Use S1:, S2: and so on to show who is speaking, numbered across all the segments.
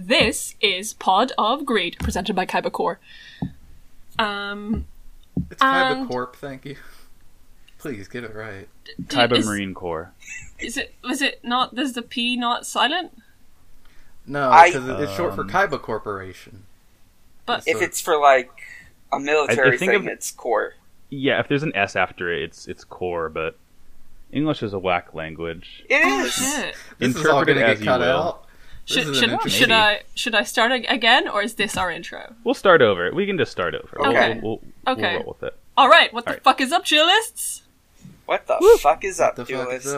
S1: This is Pod of Greed, presented by Kaiba Core. Um,
S2: It's Kaiba
S1: And-
S2: Corp, thank you. Please get it right.
S1: d-
S3: Kaiba
S1: is,
S3: Marine Corps.
S1: Is it? Was it not? Does the P not silent?
S2: No,
S4: I-
S2: because it's short for
S3: Um,
S2: Kaiba Corporation.
S1: But-
S2: So
S4: If it's for like a military
S3: think
S4: thing,
S3: of-
S4: it's core.
S3: Yeah, if there's an S after it, it's it's core, but English is a whack language.
S4: It
S1: Oh,
S4: is.
S1: shit.
S2: this is all
S3: interpret it
S2: gonna
S3: as
S2: get
S3: you
S2: cut
S3: will.
S2: out. This
S1: Should,
S2: is an
S1: should,
S2: interesting-
S1: should I should I start ag- again, or is this our intro?
S3: We'll start over. We can just start over. We'll-
S4: Okay.
S3: We'll, we'll,
S1: Okay.
S3: we'll roll with it.
S1: All right, what the
S3: All right.
S1: fuck is up, cheerlists?
S4: what the fuck is
S2: What
S4: up,
S2: the fuck is
S4: duelists?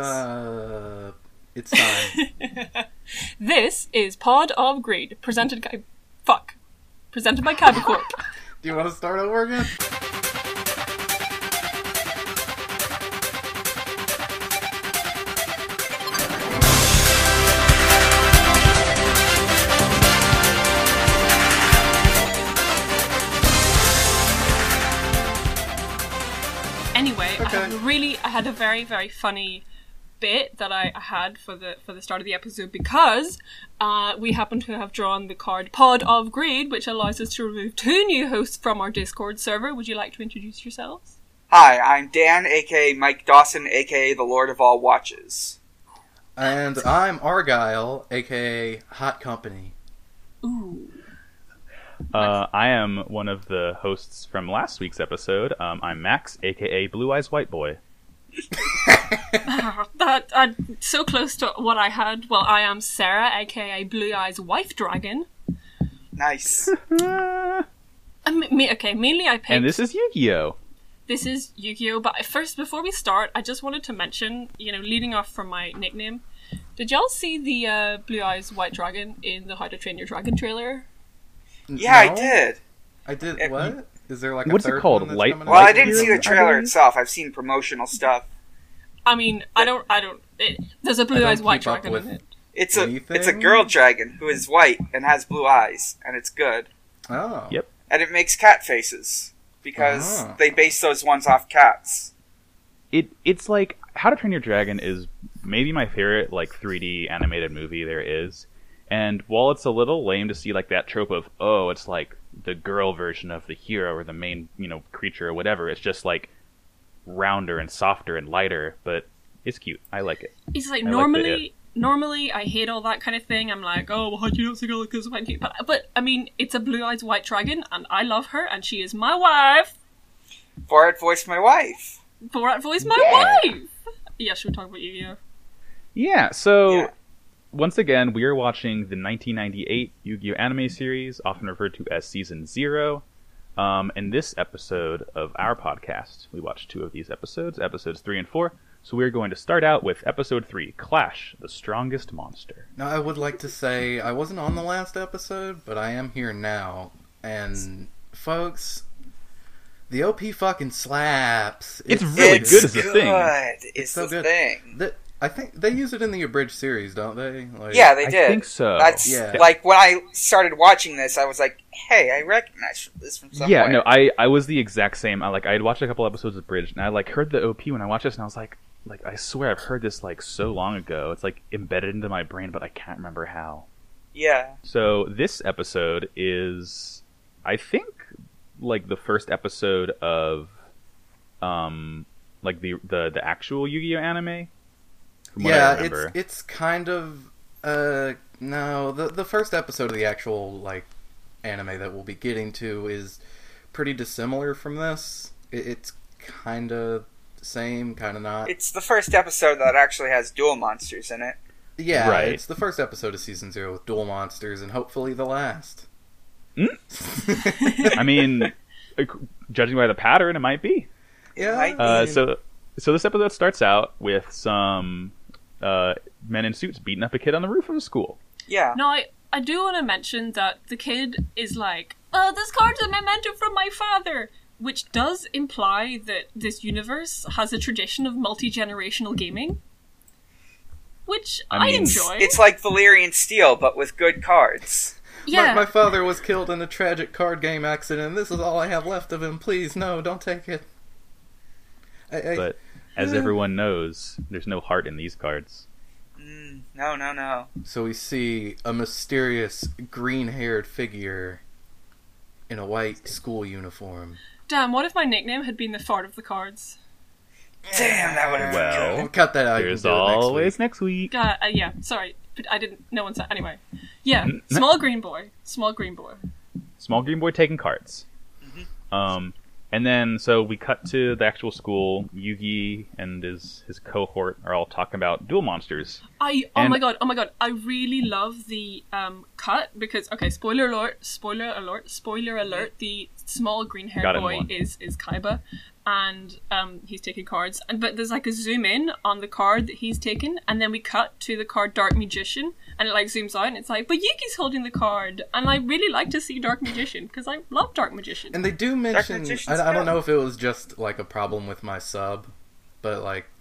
S2: up? It's time.
S1: This is Pod of Greed, presented by fuck, presented by Kaiba Corp.
S2: Do you want to start over again?
S1: anyway, I had
S2: Okay.
S1: a really, I had a very, very funny bit that I had for the for the start of the episode because uh, we happen to have drawn the card Pod of Greed, which allows us to remove two new hosts from our Discord server. Would you like to introduce yourselves?
S4: Hi, I'm Dan, aka Mike Dawson, aka the Lord of All Watches.
S2: And I'm Argyle, aka Hot Company.
S1: Ooh,
S3: Uh, I am one of the hosts from last week's episode. Um, I'm Max, aka Blue Eyes White Boy.
S1: that i so close to what I had. Well, I am Sarah, aka Blue Eyes Wife Dragon.
S4: Nice.
S1: I mean, Uh, me, okay, mainly I picked.
S3: And this is Yu-Gi-Oh.
S1: This is Yu-Gi-Oh! But first, before we start, I just wanted to mention, you know, leading off from my nickname, did y'all see the uh, Blue Eyes White Dragon in the How to Train Your Dragon trailer?
S2: N-
S4: Yeah, I
S2: no?
S4: did.
S2: I
S4: Eh,
S2: did. What is there like?
S3: What's
S2: a
S3: it
S2: third
S3: called?
S2: One that's
S3: Light-
S2: coming Oh. out?
S4: Well, I
S3: Like
S4: didn't
S3: you-
S4: see the
S3: I
S4: trailer
S3: believe-
S4: itself. I've seen promotional stuff.
S1: I mean, I don't, I don't. It, there's a Blue
S2: I don't
S1: Eyes White
S2: keep up
S1: Dragon
S2: with-
S1: in it.
S4: It's a
S2: Anything?
S4: it's a girl dragon who is white and has blue eyes, and it's good.
S2: Oh,
S3: Yep.
S4: And it makes cat faces because
S2: Ah.
S4: they base those ones off cats.
S3: It it's like How to Train Your Dragon is maybe my favorite like 3D animated movie there is. And while it's a little lame to see like that trope of oh it's like the girl version of the hero or the main you know creature or whatever, it's just like rounder and softer and lighter, but it's cute. I like it.
S1: It's like
S3: I like the
S1: normally,
S3: it.
S1: normally I hate all that kind of thing. I'm like, oh, well, how do you not think I like this white But, but I mean, it's a Blue Eyes White Dragon, and I love her, and she is my wife.
S4: Borat voiced my wife.
S1: Borat voice my
S4: Yeah.
S1: wife. Yeah, should we talk about Yu-Gi-Oh?
S3: Yeah, so
S4: Yeah.
S3: once again, we are watching the 1998 Yu Gi Oh! anime series, often referred to as Season Zero. Um, in this episode of our podcast, we watched two of these episodes, episodes three and four. So we're going to start out with episode three Clash, the Strongest Monster.
S2: Now, I would like to say I wasn't on the last episode, but I am here now. And, folks, the OP fucking slaps.
S3: It's really
S4: it's
S3: good as a thing.
S4: good. It's,
S2: so
S4: the
S2: good.
S4: thing.
S2: Th- I think they use it in the abridged series, don't they? Like,
S4: Yeah, they
S3: I
S4: did.
S3: think so.
S4: That's
S2: Yeah.
S4: like when I started watching this, I was like, "Hey, I recognize this from somewhere."
S3: Yeah, no, I, I was the exact same. I like I had watched a couple episodes of Bridge, and I like heard the OP when I watched this, and I was like, like I swear I've heard this like so long ago. It's like embedded into my brain, but I can't remember how.
S4: yeah,
S3: So this episode is, I think, like the first episode of, um, like the the the actual Yu-Gi-Oh anime. From what I
S2: yeah, it's
S3: remember.
S2: it's kind of uh no the the first episode of the actual like anime that we'll be getting to is pretty dissimilar from this. It, it's kind of same, kind of not.
S4: it's the first episode that actually has dual monsters in it.
S2: Yeah,
S3: Right.
S2: it's the first episode of season zero with dual monsters, and hopefully the last.
S3: I mean, ac- judging by the pattern, it might be.
S2: yeah.
S4: might be.
S2: I
S3: Uh,
S2: mean,
S3: so so this episode starts out with some uh, men in suits beating up a kid on the roof of a school.
S4: Yeah,
S1: Now, I, I do want to mention that the kid is like, oh, this card's a memento from my father, which does imply that this universe has a tradition of multi generational gaming, which I,
S3: I mean, it's-
S1: enjoy.
S4: it's like Valyrian Steel, but with good cards.
S1: yeah,
S2: my, my father was killed in a tragic card game accident. This is all I have left of him. Please, no, don't take it. I, I,
S3: But as everyone knows, there's no heart in these cards.
S4: Mm, no, no, no.
S2: So we see a mysterious green haired figure in a white school uniform.
S1: Damn, what if my nickname had been the fart of the cards?
S4: Damn, that would have
S3: Well,
S4: been
S2: We'll cut that out. You
S3: There's
S2: can do it next
S3: always
S2: week.
S3: next week.
S1: Uh, uh, yeah, sorry. But I didn't. No one said. Anyway. Yeah, small green boy. Small green boy.
S3: Small green boy taking cards.
S4: Mm-hmm.
S3: Um, and then so we cut to the actual school. Yugi and his his cohort are all talking about duel monsters.
S1: I oh
S3: And-
S1: my god, oh my god. I really love the um cut because okay, spoiler alert, spoiler alert, spoiler alert, the small green
S3: Got it
S1: haired
S3: in
S1: boy
S3: one.
S1: is is Kaiba and um he's taking cards. And but there's like a zoom in on the card that he's taken and then we cut to the card Dark Magician and it like zooms out and it's like, but Yuki's holding the card and I really like to see Dark Magician because I love Dark Magician.
S2: And they do mention.
S4: Magician's
S2: I, I don't
S4: good.
S2: know if it was just like a problem with my sub, but like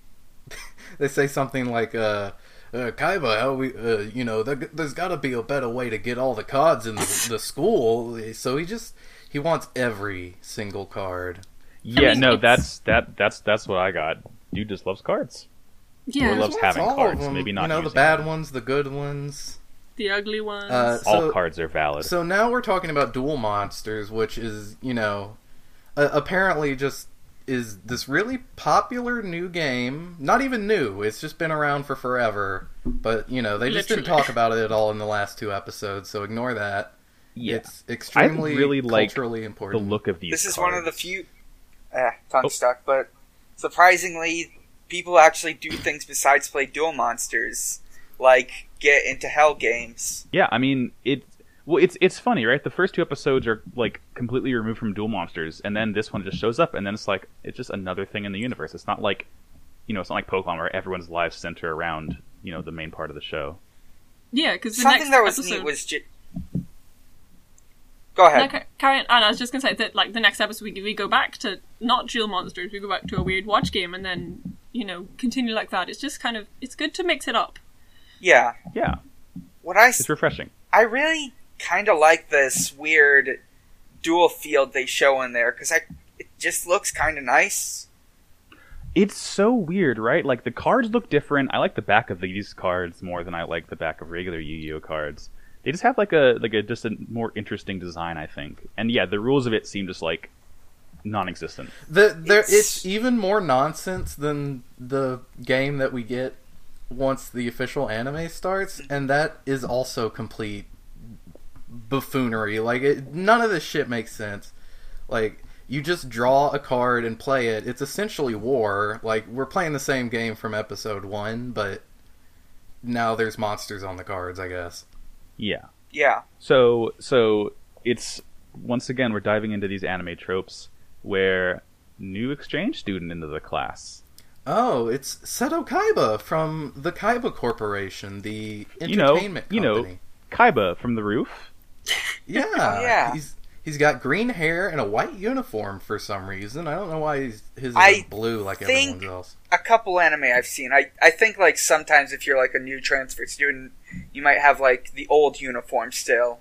S2: they say something like, uh, uh, "Kaiba, how we, uh, you know, there, there's got to be a better way to get all the cards in the, the school." So he just he wants every single card.
S3: Yeah,
S1: mean,
S3: no,
S1: it's-
S3: that's that that's that's what I got. Dude just loves cards.
S1: yeah.
S3: Or loves
S2: He wants
S3: having
S2: all of
S3: cards,
S2: them,
S3: maybe not
S2: You know, the
S3: using
S2: bad
S3: them.
S2: ones, the good ones.
S1: the ugly ones.
S2: Uh,
S3: all
S2: So-
S3: cards are valid.
S2: So now we're talking about dual monsters, which is you know, uh, apparently just is this really popular new game. Not even new; it's just been around for forever. But you know, they just didn't
S1: Literally.
S2: talk about it at all in the last two episodes, so ignore that. It's extremely
S3: really like
S2: culturally
S3: the
S2: important.
S3: look of these.
S4: This is one of the
S3: cards.
S4: few. Eh, tongue
S3: Oh.
S4: stuck, but surprisingly, people actually do things besides play dual monsters, like get into hell games.
S3: Yeah, I mean it. Well, it's it's funny, right? The first two episodes are like completely removed from dual monsters, and then this one just shows up, and then it's like it's just another thing in the universe. It's not like, you know, it's not like Pokemon where everyone's lives center around you know the main part of the show.
S1: yeah, because
S4: Something that was neat was just. Go ahead.
S1: No, ca- carry on. And I was just gonna say that, like, the next episode we, we go back to not dual monsters. We go back to a weird watch game, and then you know continue like that. It's just kind of it's good to mix it up.
S4: Yeah.
S3: Yeah,
S4: What I s-
S3: it's refreshing.
S4: I really kind of like this weird dual field they show in there because I it just looks kind of nice.
S3: It's so weird, right? Like the cards look different. I like the back of these cards more than I like the back of regular Yu-Gi-Oh cards. They just have like a like a just a more interesting design, I think. And yeah, the rules of it seem just like non-existent.
S2: The, there, it's...
S4: It's-
S2: even more nonsense than the game that we get once the official anime starts, and that is also complete buffoonery. Like, it, none of this shit makes sense. Like, you just draw a card and play it. It's essentially war. Like, we're playing the same game from episode one, but now there's monsters on the cards, I guess.
S3: Yeah.
S4: Yeah,
S3: So so it's once again we're diving into these anime tropes where new exchange student into the class.
S2: Oh, it's Seto Kaiba from the Kaiba Corporation, the
S3: You know-
S2: entertainment
S3: you know,
S2: company.
S3: Kaiba from the roof.
S2: Yeah.
S4: Oh, yeah.
S2: He's he's got green hair and a white uniform for some reason. I don't know why he's, his is
S4: I
S2: blue like
S4: think-
S2: everyone else.
S4: a couple anime I've seen. I I think like sometimes if you're like a new transfer student, you might have like the old uniform still.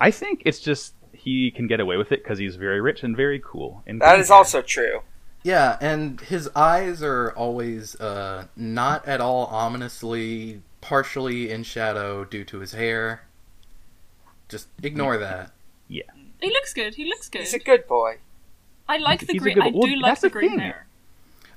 S3: I think it's just he can get away with it because he's very rich and very cool. And
S4: That
S3: green
S4: is
S3: hair.
S4: also true.
S2: Yeah, and his eyes are always uh, not at all ominously, partially in shadow due to his hair. Just ignore
S4: Mm-hmm.
S2: that.
S1: He looks good. He looks good.
S4: He's a good boy.
S1: I like the
S3: he's a
S1: green.
S3: good-
S1: I
S3: well,
S1: do like
S3: that's
S1: the
S3: the
S1: green
S3: thing.
S1: hair.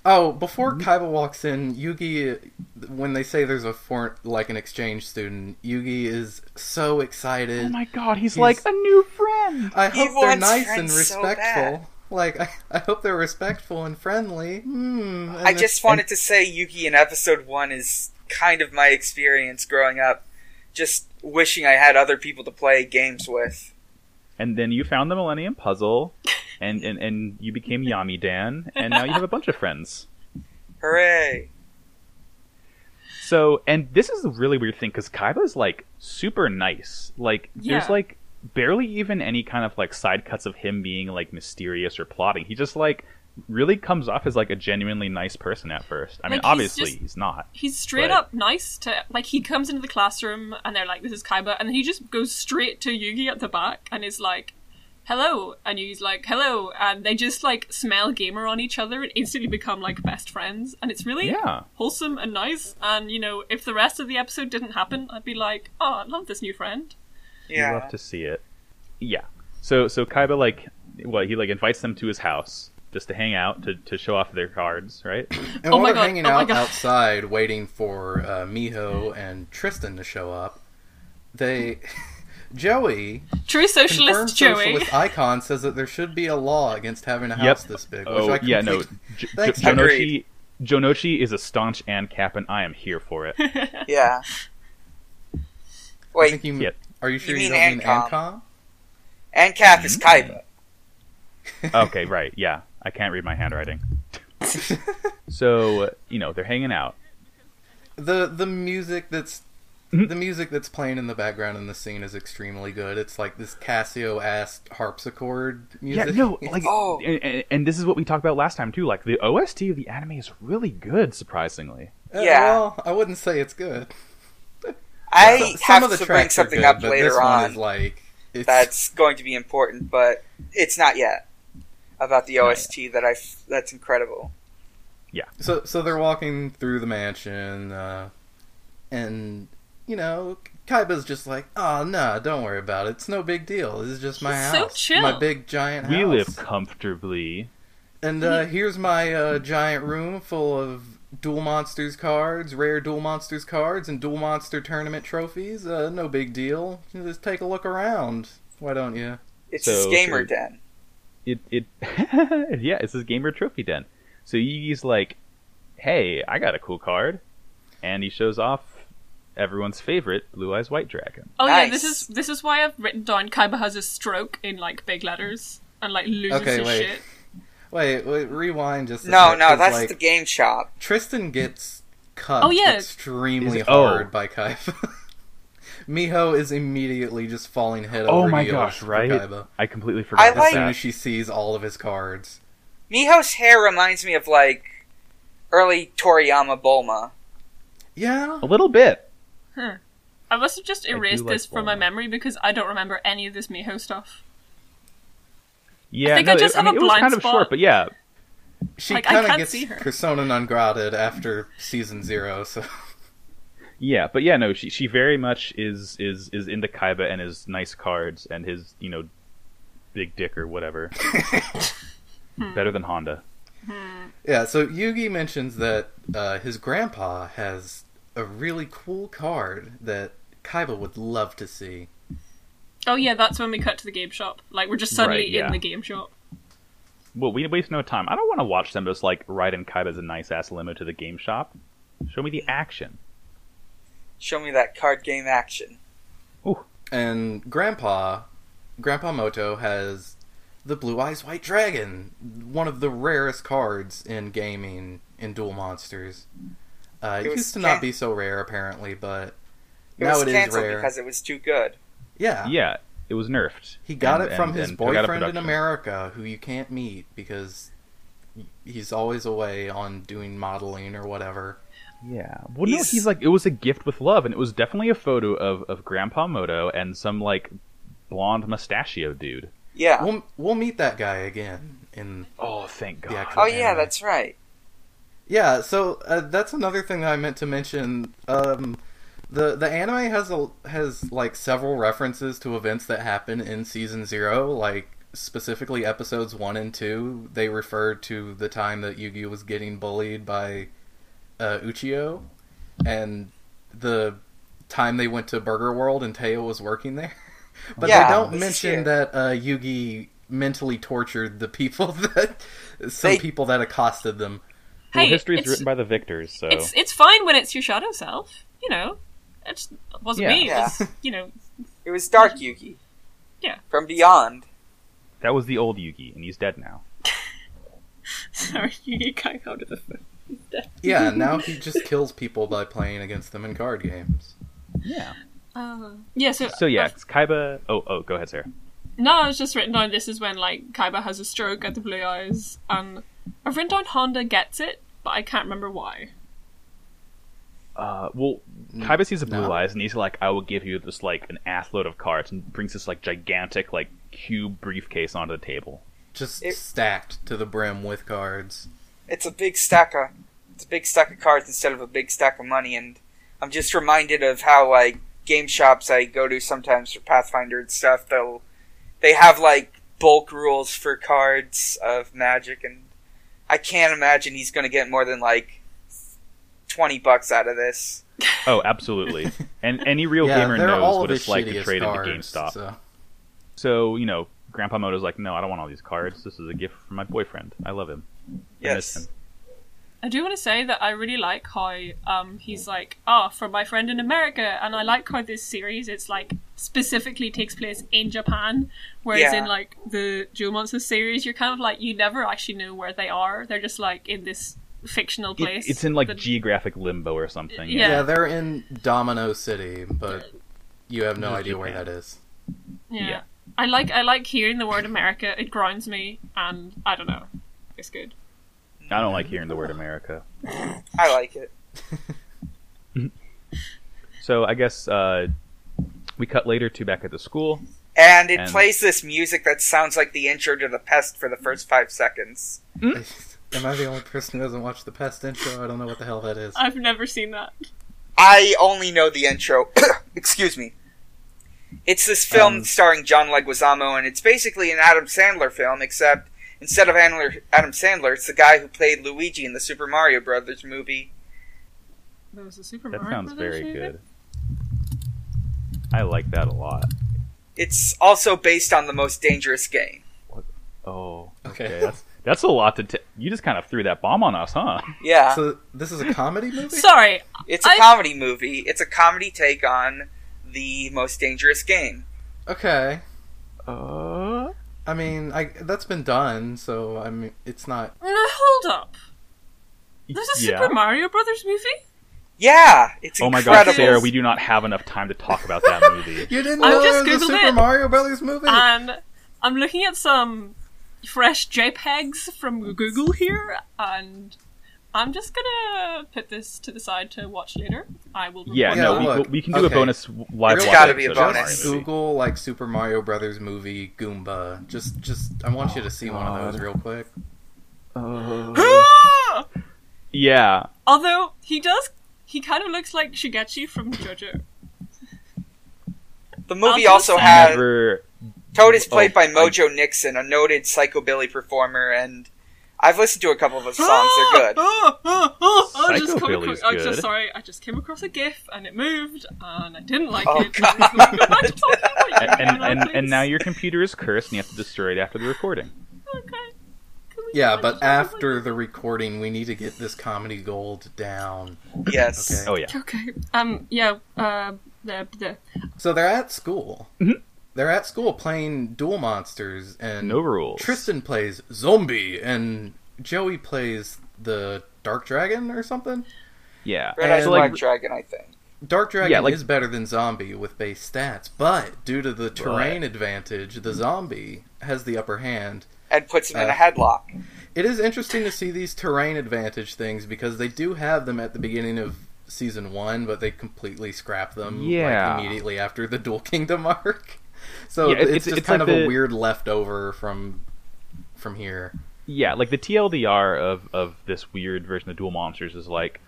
S2: Oh, before
S4: Mm-hmm.
S2: Kaiba walks in, Yugi, uh, when they say there's a foreign, like an exchange student, Yugi is so excited.
S3: Oh my god, he's,
S2: He's-
S3: like a new friend.
S2: I
S4: He
S2: hope they're
S4: wants
S2: nice and
S4: friends so
S2: respectful. like I, I hope they're respectful and friendly. Hmm. and
S4: I
S2: if-
S4: just wanted to say Yugi in episode one is kind of my experience growing up, just wishing I had other people to play games with.
S3: And then you found the Millennium Puzzle, and and, and you became Yami Dan, and now you have a bunch of friends.
S4: Hooray!
S3: So, and this is a really weird thing because Kaiba's like super nice. Like,
S1: Yeah.
S3: there's like barely even any kind of like side cuts of him being like mysterious or plotting. He just like really comes off as like a genuinely nice person at first. I mean,
S1: Like, he's
S3: obviously
S1: just-
S3: he's not.
S1: He's straight
S3: Right.
S1: up nice to like. He comes into the classroom and they're like, "This is Kaiba," and then he just goes straight to Yugi at the back and is like, hello, and he's like, hello, and they just like smell gamer on each other and instantly become like best friends, and it's really
S3: Yeah.
S1: wholesome and nice. And you know, if the rest of the episode didn't happen, I'd be like, oh, I love this new friend.
S3: You
S4: Yeah.
S3: love to see it. Yeah. So so Kaiba like what he like invites them to his house just to hang out to, to show off their cards, right?
S2: And
S1: Oh
S2: while
S1: my
S2: they're
S1: God,
S2: hanging
S1: oh my
S2: out
S1: God.
S2: outside waiting for uh, Miho and Tristan to show up, they Joey,
S1: True
S2: confirmed
S1: socialist Joey.
S2: socialist icon, says that there should be a law against having a
S3: Yep.
S2: house this big.
S3: oh
S2: which I
S3: yeah, no.
S2: completely-
S3: Jo- Jo-
S2: Thanks,
S4: Joey.
S3: Jonoshi Jonoshi is a staunch and cap and I am here for it.
S4: Yeah.
S2: I
S4: Wait,
S2: think you,
S3: Yep.
S2: are you sure
S4: You
S2: you,
S4: mean
S2: don't mean
S4: Ancom.
S2: Ancom?
S4: Ancap is Kaiba.
S3: okay, right. Yeah. I can't read my handwriting. so, you know, they're hanging out.
S2: the the music that's
S3: Mhm.
S2: the music that's playing in the background in the scene is extremely good. It's like this Casio ass harpsichord
S3: Yeah,
S2: music.
S3: no, like
S4: Oh.
S3: and, and- and this is what we talked about last time too. Like the OST of the anime is really good surprisingly.
S2: Uh,
S4: yeah.
S2: well, I wouldn't say it's good. So-
S4: I
S2: some
S4: have
S2: of the
S4: to bring
S2: tracks are
S4: something
S2: good,
S4: up
S2: but this
S4: later
S2: one is
S4: on
S2: like it's
S4: that's going to be important, but it's not yet about the
S3: Not
S4: OST that I f- that's incredible.
S2: so so they're walking through the mansion, uh, and you know Kaiba's just like, oh no, don't worry about it. It's no big deal. This is just my
S1: He's so
S2: house,
S1: chill.
S2: my big giant house.
S3: We live comfortably.
S2: And uh, here's my uh, giant room full of Duel Monsters cards, rare Duel Monsters cards, and Duel Monster tournament trophies. Uh, no big deal. You Just take a look around. Why don't you?
S4: It's
S3: So
S4: his gamer
S3: should-
S4: den.
S3: it it yeah, it's his gamer trophy den. So Yugi's like, "Hey, I got a cool card," and he shows off everyone's favorite Blue Eyes White Dragon.
S1: Oh yeah, this
S4: Nice.
S1: is this is why I've written down Kaiba has a stroke in like big letters and like loses
S2: Okay,
S1: his
S2: wait.
S1: shit.
S2: Wait, wait rewind just. A
S4: No,
S2: sec,
S4: no,
S2: 'cause,
S4: that's
S2: like,
S4: the game shop.
S2: Tristan gets cut
S1: Oh, yeah.
S2: extremely
S3: Is- oh.
S2: hard by Kaiba. Miho is immediately just falling head
S3: Oh
S2: over
S3: my
S2: heels
S3: gosh,
S2: for
S3: right?
S2: Kaiba.
S3: I completely forgot about
S2: As
S4: like-
S2: soon
S3: that.
S2: as she sees all of his cards.
S4: Miho's hair reminds me of like early Toriyama Bulma.
S2: Yeah.
S3: a little bit.
S1: I must have just
S3: do
S1: erased
S3: like
S1: this from my
S3: Bulma.
S1: memory because I don't remember any of this Miho stuff.
S3: Yeah,
S1: think
S3: no,
S1: I just
S3: it,
S1: have
S3: mean,
S1: a
S3: it was
S1: blind
S3: kind of
S1: spot.
S3: short, but yeah,
S2: She
S1: Like, I
S2: kind of
S1: can't
S2: gets
S1: see her.
S2: persona non grata after season zero, so.
S3: yeah, but yeah, no, she she very much is is is into Kaiba and his nice cards and his you know big dick or whatever. Better than Honda.
S2: Yeah, so Yugi mentions that uh, his grandpa has a really cool card that Kaiba would love to see.
S1: Oh yeah, that's when we cut to the game shop. Like we're just suddenly
S3: Right, yeah.
S1: in the game shop.
S3: Well, we waste no time. I don't want to watch them just like ride in Kaiba's a nice ass limo to the game shop. Show me the action.
S4: Show me that card game action.
S2: And Grandpa, Grandpa Moto has the Blue Eyes White Dragon, one of the rarest cards in gaming in Duel Monsters. Uh,
S4: It
S2: it
S4: was
S2: used to not
S4: can-
S2: be so rare, apparently, but
S4: It
S2: now
S4: was
S2: it is
S4: canceled
S2: rare.
S4: because it was too good.
S2: Yeah,
S3: Yeah, it was nerfed.
S2: Ah. He got
S3: And-
S2: it from
S3: and-
S2: his
S3: and got a
S2: boyfriend in
S3: production.
S2: America, who you can't meet because he's always away on doing modeling or whatever.
S3: Yeah. Well, no,
S4: He's-
S3: he's like it was a gift with love, and it was definitely a photo of of Grandpa Moto and some like blonde mustachio dude.
S4: Yeah.
S2: We'll we'll meet that guy again. In
S3: Oh, thank God.
S2: The actual-
S4: oh yeah,
S2: anime.
S4: that's right.
S2: yeah, so uh, that's another thing that I meant to mention. Um, the the anime has a has like several references to events that happen in season zero, like specifically episodes one and two. They refer to the time that Yugi was getting bullied by uh, Uchiyo, and the time they went to Burger World and Teo was working there. But
S4: Yeah,
S2: they don't
S4: this is
S2: mention
S4: here.
S2: that uh, Yugi mentally tortured the people that some
S4: They-
S2: people that accosted them.
S3: Well,
S1: Hey,
S3: history is
S1: it's-
S3: written by the victors, so
S1: It's it's fine when it's your shadow self, you know. It's, it wasn't
S3: Yeah.
S1: me. It
S4: Yeah.
S1: was, you know,
S4: It was Dark Yugi.
S1: Yeah.
S4: From Beyond.
S3: that was the old Yugi, and he's dead now.
S1: sorry, you came out of the phone.
S2: Yeah, now he just kills people by playing against them in card games.
S3: Yeah.
S1: Oh. Yeah, so
S3: So yeah, it's Kaiba. Oh, oh, go ahead, Sarah.
S1: No, it's just written down. This is when like Kaiba has a stroke at the blue eyes, and I've written down Honda gets it, but I can't remember why.
S3: Uh, well, Kaiba sees the blue
S2: Mm. No.
S3: eyes and he's like, I will give you this like an ass load of cards and brings this like gigantic like cube briefcase onto the table.
S2: Just
S4: It-
S2: stacked to the brim with cards.
S4: It's a big stack of it's a big stack of cards instead of a big stack of money, and I'm just reminded of how like game shops I go to sometimes for Pathfinder and stuff. They'll they have like bulk rules for cards of Magic, and I can't imagine he's going to get more than like twenty bucks out of this.
S3: Oh, absolutely. and any real
S2: yeah,
S3: gamer
S2: they're
S3: knows
S2: all
S3: what
S2: of his
S3: it's like to
S2: shittiest
S3: trade
S2: cards,
S3: into GameStop. So.
S2: So.
S3: you know, Grandpa Moto's like, No, I don't want all these cards. This is a gift from my boyfriend. I love him. I miss
S4: Yes.
S3: him.
S1: I do want to say that I really like how um, he's like, ah, from my friend in America, and I like how this series it's like specifically takes place in Japan, whereas
S4: Yeah.
S1: in like the Joe Monster series, you're kind of like you never actually know where they are. They're just like in this fictional
S3: It-
S1: place.
S3: it's in like
S1: that-
S3: geographic limbo or something.
S1: Yeah.
S2: Yeah. they're in Domino City, but you have no
S3: Just
S2: idea where
S3: Japan.
S2: that is.
S1: yeah.
S3: yeah.
S1: I like I like hearing the word America. It grounds me, and I don't know, it's good.
S3: I don't like hearing the word America.
S4: I like it.
S3: So I guess uh, we cut later to back at the school.
S4: And it
S3: And-
S4: plays this music that sounds like the intro to The Pest for the first five seconds.
S2: Am I the only person who doesn't watch the past intro? I don't know what the hell that is.
S1: I've never seen that.
S4: I only know the intro. Excuse me. It's this film
S2: Um,
S4: starring John Leguizamo, and it's basically an Adam Sandler film, except instead of Andler- Adam Sandler, it's the guy who played Luigi in the Super Mario Brothers movie.
S1: There was a Super
S3: That
S1: Mario
S3: sounds
S1: Brothers
S3: very
S1: movie?
S3: good. I like that a lot.
S4: It's also based on the most dangerous game.
S3: Oh,
S2: Okay.
S3: that's that's a lot to. T- you just kind of threw that bomb on us, huh?
S4: Yeah,
S2: So this is a comedy movie.
S1: Sorry,
S4: it's a
S1: I-
S4: comedy movie. It's a comedy take on the most dangerous game.
S2: okay.
S3: Uh,
S2: I mean, I that's been done, so I mean, it's not.
S1: no, hold up. There's a
S3: yeah.
S1: Super Mario Brothers movie.
S4: Yeah, it's
S3: Oh my
S4: incredible.
S3: god, Sarah, we do not have enough time to talk about that movie.
S2: You didn't
S1: I
S2: know
S1: just
S2: there was a
S1: Googled
S2: Super
S1: it.
S2: Mario Brothers movie.
S1: and I'm looking at some fresh JPEGs from Google here, and I'm just gonna put this to the side to watch later. I will. report
S3: yeah, no,
S1: back.
S3: we,
S2: look,
S3: we can do
S2: okay.
S3: a bonus w- live.
S2: Real
S3: watch
S4: It's gotta be a
S3: episode of
S4: bonus.
S2: Just
S3: Mario movie.
S2: Google like Super Mario Brothers movie Goomba. Just, just I want you to see one of
S3: God.
S2: those real quick.
S1: Ah!
S3: Yeah,
S1: Although he does, he kind of looks like Shigechi from JoJo.
S4: the movie
S1: I'll
S4: also
S1: just-
S4: has.
S3: never.
S4: Toad is played
S3: Oh,
S4: by
S3: I-
S4: Mojo Nixon, a noted psychobilly performer, and I've listened to a couple of his songs. They're good.
S1: Ah! Ah! Ah! Ah! I just come
S3: Psychobilly's
S1: across, I'm just
S3: good.
S1: sorry. I just came across a GIF and it moved, and I didn't like
S4: Oh,
S1: it. I'm just gonna go back to talking about it.
S3: And, and, and, and
S1: Please.
S3: now your computer is cursed and you have to destroy it after the recording.
S1: Okay. Can we
S2: Yeah,
S1: go back to
S2: but
S1: talking about
S2: after the recording, we need to get this comedy gold down.
S4: Yes.
S3: Oh, yeah.
S1: Okay. Um. Yeah. Uh. The. The.
S2: So they're at school.
S3: Mhm.
S2: They're at school playing Duel Monsters, and
S3: No rules.
S2: Tristan plays Zombie, and Joey plays the Dark Dragon or something.
S3: Yeah.
S4: Red Eyes
S2: And,
S4: Black
S2: like-
S4: Dragon, I think.
S2: Dark Dragon
S3: Yeah, like-
S2: is better than Zombie with base stats, but due to the terrain advantage, the Zombie has the upper hand.
S4: And puts him in a
S2: Uh,
S4: headlock.
S2: It is interesting to see these terrain advantage things because they do have them at the beginning of season one, but they completely scrap them
S3: Yeah.
S2: like, immediately after the Dual Kingdom arc. So
S3: Yeah, it-
S2: it's,
S3: it's-
S2: just
S3: it's
S2: kind
S3: like
S2: of
S3: the-
S2: a weird leftover from from here.
S3: Yeah, like the TLDR of of this weird version of Dual Monsters is like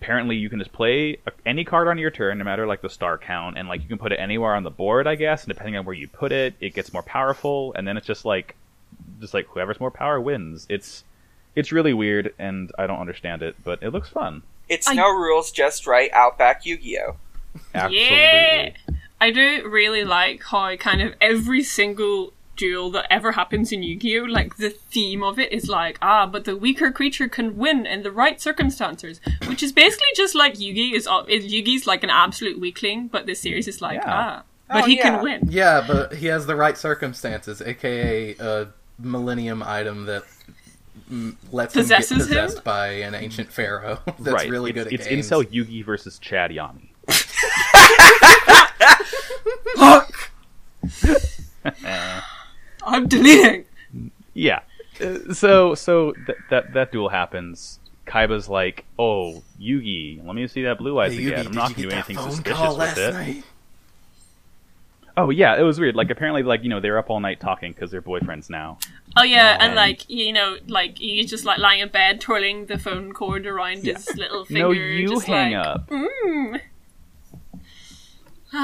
S3: apparently you can just play a- any card on your turn, no matter like the star count, and like you can put it anywhere on the board, I guess. And depending on where you put it, it gets more powerful, and then it's just like just like whoever's more power wins. It's it's really weird, and I don't understand it, but it looks fun.
S4: It's
S1: I-
S4: no rules, just right, Outback Yu Gi Oh!
S3: Absolutely.
S1: Yeah. I do really like how kind of every single duel that ever happens in Yu-Gi-Oh, like the theme of it is like, ah, but the weaker creature can win in the right circumstances, which is basically just like Yugi is, is Yugi's like an absolute weakling, but this series is like,
S3: Yeah.
S1: ah, but
S4: Oh,
S1: he
S4: yeah.
S1: can win.
S2: Yeah, but he has the right circumstances, aka a uh, millennium item that mm, lets him
S1: Possesses
S2: get
S1: him?
S2: possessed by an ancient pharaoh. That's
S3: right.
S2: really
S3: it's,
S2: good. At
S3: It's
S2: games.
S3: Incel Yugi versus Chad Yami.
S1: I'm deleting.
S3: Yeah. Uh, so so th- that that duel happens. Kaiba's like, "Oh, Yugi, let me see that blue eyes
S2: Hey,
S3: again.
S2: Yugi,
S3: I'm
S2: did
S3: not
S2: you
S3: gonna do
S2: get that
S3: anything
S2: phone
S3: suspicious
S2: call
S3: with
S2: last
S3: it."
S2: night?
S3: Oh yeah, it was weird. Like apparently, like you know, they're up all night talking because they're boyfriends now.
S1: Oh yeah, and
S3: Um,
S1: like you know, like he's just like lying in bed twirling the phone cord around his little finger.
S3: no, you
S1: just
S3: hang
S1: like,
S3: up.
S1: Mm.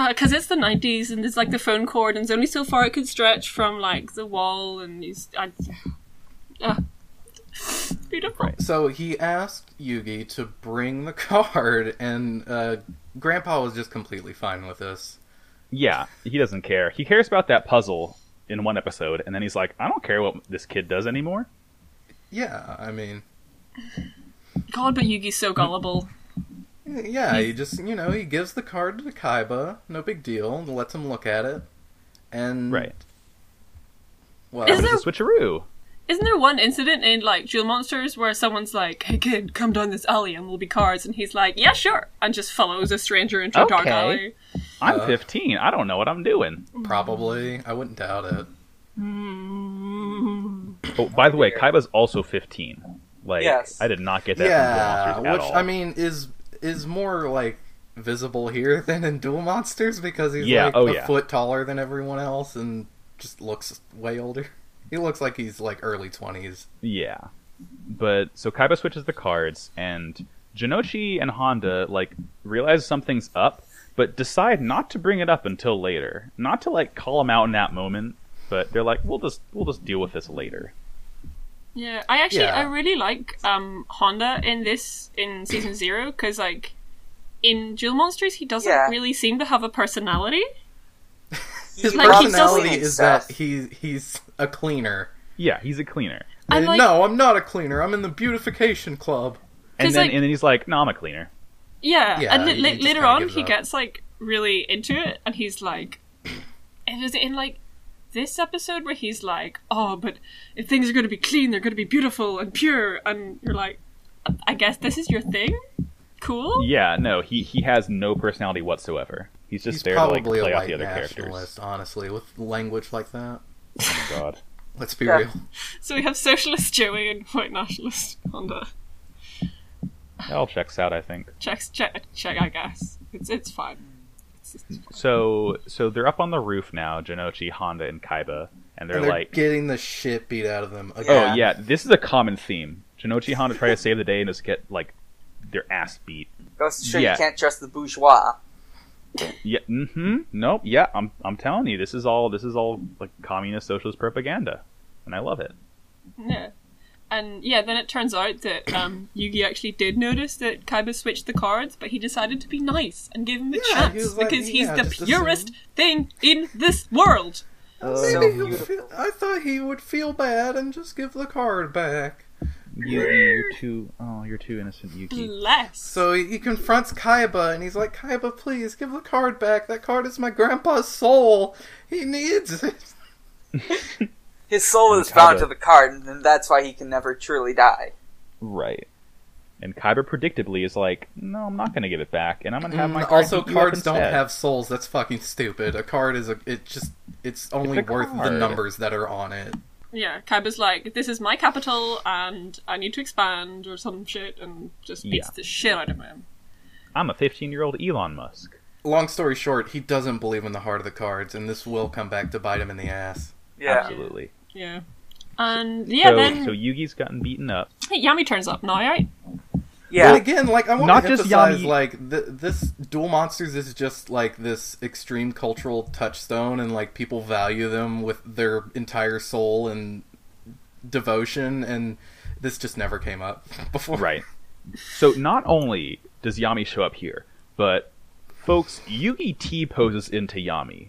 S1: Because it's the nineties, and there's like the phone cord, and there's only so far it could stretch from like the wall, and he's I, Ah. beautiful.
S2: So he asked Yugi to bring the card, and uh, Grandpa was just completely fine with this.
S3: Yeah, he doesn't care. He cares about that puzzle in one episode, and then he's like, "I don't care what this kid does anymore."
S2: Yeah, I mean,
S1: God, but Yugi's so gullible.
S2: yeah, he just, you know, he gives the card to Kaiba, no big deal, and lets him look at it, and.
S3: Right.
S2: Well,
S1: Is
S3: It
S1: there-
S3: was a switcheroo.
S1: Isn't there one incident in like Jewel Monsters where someone's like, "Hey kid, come down this alley, and we'll be cards," and he's like, "Yeah, sure," and just follows a stranger into a dark
S3: Okay.
S1: alley.
S3: I'm
S2: Uh.
S3: 15. I don't know what I'm doing.
S2: probably. I wouldn't doubt it.
S3: Oh, by the way, Kaiba's also 15. Like,
S4: Yes.
S3: I did not get that
S2: yeah,
S3: from Duel Monsters at
S2: which,
S3: all.
S2: I mean, is is more, like, visible here than in Duel Monsters because he's,
S3: Yeah,
S2: like,
S3: oh
S2: a
S3: yeah.
S2: foot taller than everyone else and just looks way older. He looks like he's, like, early 20s.
S3: Yeah. But so Kaiba switches the cards and Jinochi and Honda like realize something's up, but decide not to bring it up until later. Not to like call him out in that moment, but they're like, We'll just we'll just deal with this later.
S1: Yeah, I actually
S2: Yeah.
S1: I really like um Honda in this in season zero because like in Jewel Monsters he doesn't
S4: Yeah.
S1: really seem to have a personality.
S2: His
S1: Like, he's so-
S2: personality is that he he's a cleaner.
S3: Yeah, he's a cleaner.
S1: I'm
S2: And
S1: like-
S2: no, I'm not a cleaner. I'm in the beautification club.
S3: And
S1: 'Cause,
S3: then
S1: like-
S3: and then he's like, No, I'm a cleaner.
S1: Yeah,
S2: Yeah,
S1: and li-
S2: he- he
S1: li-
S2: just
S1: later
S2: kinda
S1: on
S2: gives
S1: he
S2: up.
S1: gets like really into it and he's like, and is it in like this episode where he's like, oh, but if things are going to be clean, they're going to be beautiful and pure, and you're like, I guess this is your thing. Cool.
S3: Yeah, no, he he has no personality whatsoever. He's just
S2: He's
S3: there to like
S2: probably
S3: play
S2: a
S3: off
S2: white
S3: the other characters.
S2: nationalist, honestly, with language like that.
S3: Oh, God.
S2: Let's be
S4: Yeah.
S2: real.
S1: So we have socialist Joey and white nationalist Honda.
S3: That all checks out, I think.
S1: Checks, check, check. I guess it's it's fine. It's, it's
S3: So so they're up on the roof now, Jinochi, Honda, and Kaiba, and they're
S2: And they're
S3: like
S2: getting the shit beat out of them. Again.
S3: Oh yeah, this is a common theme. Jinochi and Honda try to save the day and just get like their ass beat.
S4: Goes to show
S3: Yeah.
S4: you can't trust the bourgeois.
S3: Yeah. Mm-hmm. Nope. Yeah. I'm. I'm telling you, this is all. This is all like communist socialist propaganda, and I love it.
S1: Yeah. And yeah, then it turns out that um, Yugi actually did notice that Kaiba switched the cards, but he decided to be nice and give him a
S2: Yeah, he
S1: chance
S2: was like,
S1: because he's
S2: yeah,
S1: the
S2: just
S1: purest
S2: assume.
S1: thing in this world.
S4: so
S2: Maybe he'll
S4: beautiful.
S2: feel, I thought he would feel bad and just give the card back.
S3: Yugi, you're too. Oh, you're too innocent, Yuki.
S1: Bless.
S2: So he he confronts Kaiba and he's like, Kaiba, please give the card back. That card is my grandpa's soul. He needs it.
S4: His soul
S3: And
S4: is bound
S3: Kaiba-
S4: to the card, and that's why he can never truly die.
S3: Right. And Kyber predictably is like, no, I'm not going to give it back, and I'm going to have my
S2: Mm,
S3: card
S2: also,
S3: beat you up
S2: cards don't
S3: instead."
S2: have souls. That's fucking stupid. A card is a. It just. It's only
S3: It's a
S2: worth the
S3: card.
S2: numbers that are on it.
S1: Yeah, Kaiba's like, this is my capital and I need to expand or some shit and just beats
S3: Yeah.
S1: the shit out of him.
S3: I'm a 15 year old Elon Musk.
S2: Long story short, he doesn't believe in the heart of the cards, and this will come back to bite him in the ass.
S4: Yeah.
S3: Absolutely.
S1: Yeah. And yeah,
S3: so,
S1: then
S3: so Yugi's gotten beaten up.
S1: Hey, Yami turns up now, right?
S2: But
S4: Yeah.
S2: again, like I want
S3: Not
S2: to
S3: just
S2: emphasize,
S3: Yami-
S2: like th- this Duel Monsters is just like this extreme cultural touchstone, and like people value them with their entire soul and devotion, and this just never came up before.
S3: Right. So not only does Yami show up here, but folks, Yugi T poses into Yami.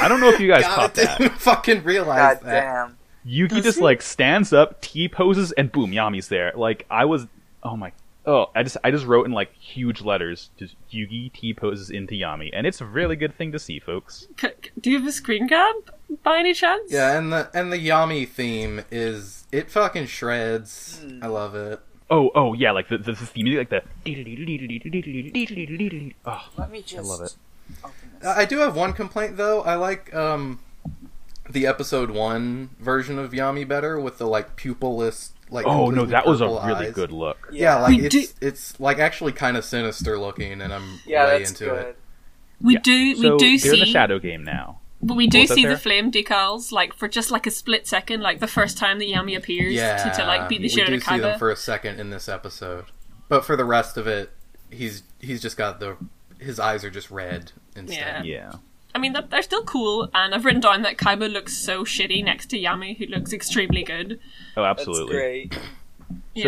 S3: I don't know if you guys
S2: God,
S3: caught
S2: I
S3: that.
S2: didn't fucking realize
S4: God
S2: that.
S4: damn.
S3: Yugi
S1: Does
S3: just
S1: he?
S3: like stands up, T poses, and boom, Yami's there. Like I was, oh my, oh I just I just wrote in like huge letters, just Yugi T poses into Yami, and it's a really good thing to see, folks.
S1: C- c- do you have a screen grab by any chance?
S2: Yeah, and the and the Yami theme is it fucking shreds.
S4: Hmm.
S2: I love it.
S3: Oh oh yeah, like the the, the theme music, like the. Oh,
S4: Let me just.
S3: love it.
S4: Open this.
S2: I I do have one complaint though. I like um the episode one version of Yami better with the like pupilless like
S3: oh no,
S2: completely
S3: that was a
S2: purple
S3: really
S2: eyes.
S3: good look.
S2: Yeah,
S4: yeah,
S2: like
S1: We
S2: it's
S1: do-
S2: it's like actually kind of sinister looking, and I'm
S4: yeah,
S2: way
S4: that's
S2: into
S4: good.
S2: it.
S1: We
S3: Yeah.
S1: do,
S3: So
S1: we do
S3: they're in the
S1: see,
S3: shadow game now.
S1: but we do
S3: Both up
S1: see
S3: there.
S1: the flame decals like for just like a split second, like the first time that Yami appears
S2: Yeah,
S1: to, to like beat the
S2: we
S1: shit out
S2: do
S1: of
S2: see them
S1: Kaiba.
S2: for a second in this episode, but for the rest of it, he's he's just got the his eyes are just red instead.
S3: Yeah,
S1: I mean, they're, they're still cool, and I've written down that Kaiba looks so shitty next to Yami, who looks extremely good.
S3: oh
S4: That's
S3: absolutely.
S4: great.
S3: So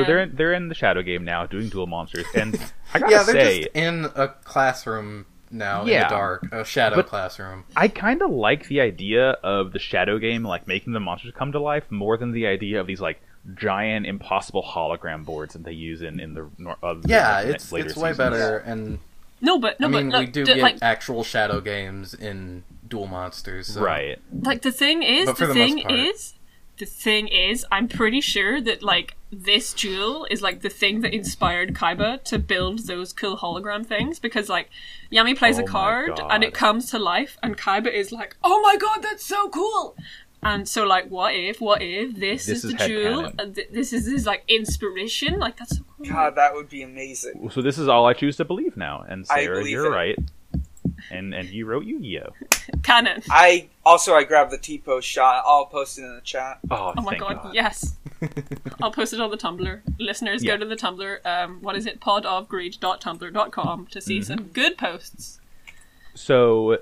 S1: Yeah.
S3: they're in, they're in the shadow game now, doing dual monsters, and I
S2: Yeah,
S3: gotta
S2: they're
S3: say,
S2: just in a classroom now in
S3: Yeah.
S2: the dark, a shadow
S3: But-
S2: classroom.
S3: I kind of like the idea of the shadow game, like making the monsters come to life, more than the idea of these like giant impossible hologram boards that they use in in the nor- uh,
S2: Yeah,
S3: like,
S2: it's it's way
S3: later seasons.
S2: better, and
S1: no, but no,
S2: I mean
S1: but look,
S2: we do
S1: d-
S2: get
S1: like
S2: actual shadow games in Duel Monsters, so-
S3: Right.
S1: like the thing is
S2: But for
S1: the,
S2: the most
S1: thing
S2: part-
S1: is the thing is i'm pretty sure that like this jewel is like the thing that inspired kaiba to build those cool hologram things because like yami plays
S3: Oh
S1: a
S3: my
S1: card
S3: God.
S1: and it comes to life and kaiba is like oh my god that's so cool and so like what if what if this, is,
S3: This is
S1: the jewel
S3: headcanon.
S1: and th- this is this is, like inspiration like that's so cool
S4: God, that would be amazing.
S3: So this is all I choose to believe now, and
S4: I
S3: Sarah,
S4: believe
S3: you're
S4: it.
S3: right. And and you wrote Yu-Gi-Oh.
S1: canon
S4: I also I grabbed the T post shot. I'll post it in the chat.
S3: Oh,
S1: Oh my
S3: thank
S1: god, yes. I'll post it on the Tumblr. Listeners,
S3: Yeah.
S1: go to the Tumblr. Um, what is it? podofgreed.tumblr.com to
S3: Mm-hmm.
S1: see some good posts.
S3: So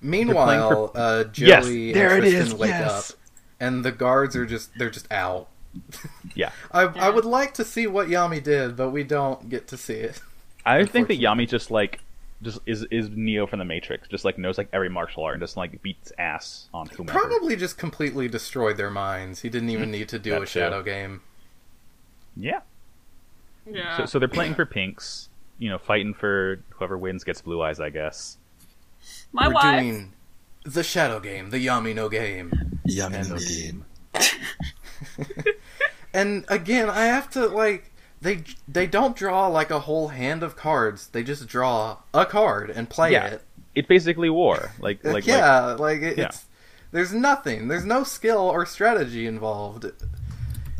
S2: Meanwhile, uh,
S3: Yes,
S2: Joey
S3: there it
S2: and Tristan
S3: is,
S2: wake
S3: yes.
S2: up, and the guards are just they're just out.
S3: yeah,
S2: I, I would like to see what Yami did, but we don't get to see it.
S3: I think that Yami just like just is is Neo from the Matrix, just like knows like every martial art and just like beats ass on whomever.
S2: Probably just completely destroyed their minds. He didn't even need to do
S3: Mm. That
S2: a
S3: too.
S2: shadow game.
S3: Yeah.
S1: Yeah.
S3: So, so they're playing for pinks, you know, fighting for whoever wins gets blue eyes, I guess.
S1: My
S2: We're
S1: wife.
S2: doing the shadow game, the Yami no game.
S5: Yummy no game.
S2: And again, I have to like they they don't draw like a whole hand of cards. They just draw a card and play
S3: Yeah.
S2: it.
S3: It's basically war.
S2: Like,
S3: Like like like,
S2: yeah, like, it,
S3: yeah.
S2: it's there's nothing. There's no skill or strategy involved.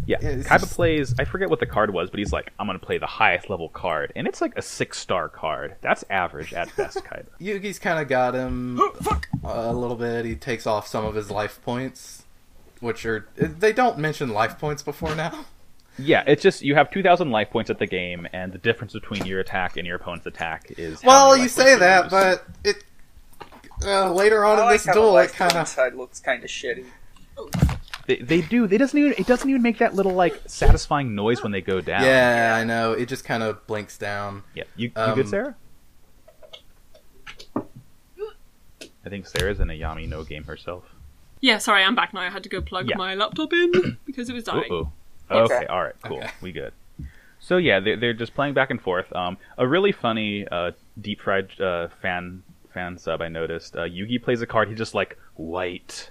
S3: yeah.
S2: yeah, it's
S3: Kaiba
S2: just-
S3: plays I forget what the card was, but he's like, I'm gonna play the highest level card. And it's like a six star card. That's average at best, Kaiba.
S2: Yugi's kind of got him
S1: Oh, fuck!
S2: a little bit. He takes off some of his life points, which are they don't mention life points before now.
S3: Yeah, it's just you have two thousand life points at the game, and the difference between your attack and your opponent's attack is. how
S2: well,
S3: many
S2: you
S3: life points
S2: say that,
S3: lose.
S2: but it uh, later on
S4: I
S2: in
S4: like
S2: this
S4: how the
S2: duel, it
S4: life
S2: kind of
S4: side looks kind of shitty.
S3: they, they do. They doesn't even. It doesn't even make that little like satisfying noise when they go down.
S2: yeah, I know. It just kind of blinks down.
S3: Yeah. You, you
S2: Um,
S3: good, Sarah? I think Sarah's in a Yami no game herself.
S1: Yeah, sorry, I'm back now. I had to go plug
S3: Yeah.
S1: my laptop in because it was dying.
S3: Uh-oh.
S4: Okay.
S3: Okay. all right, cool.
S2: Okay.
S3: We good. So yeah, they're, they're just playing back and forth. Um, a really funny uh, deep fried uh, fan fan sub I noticed. Uh, Yugi plays a card. He's just like white,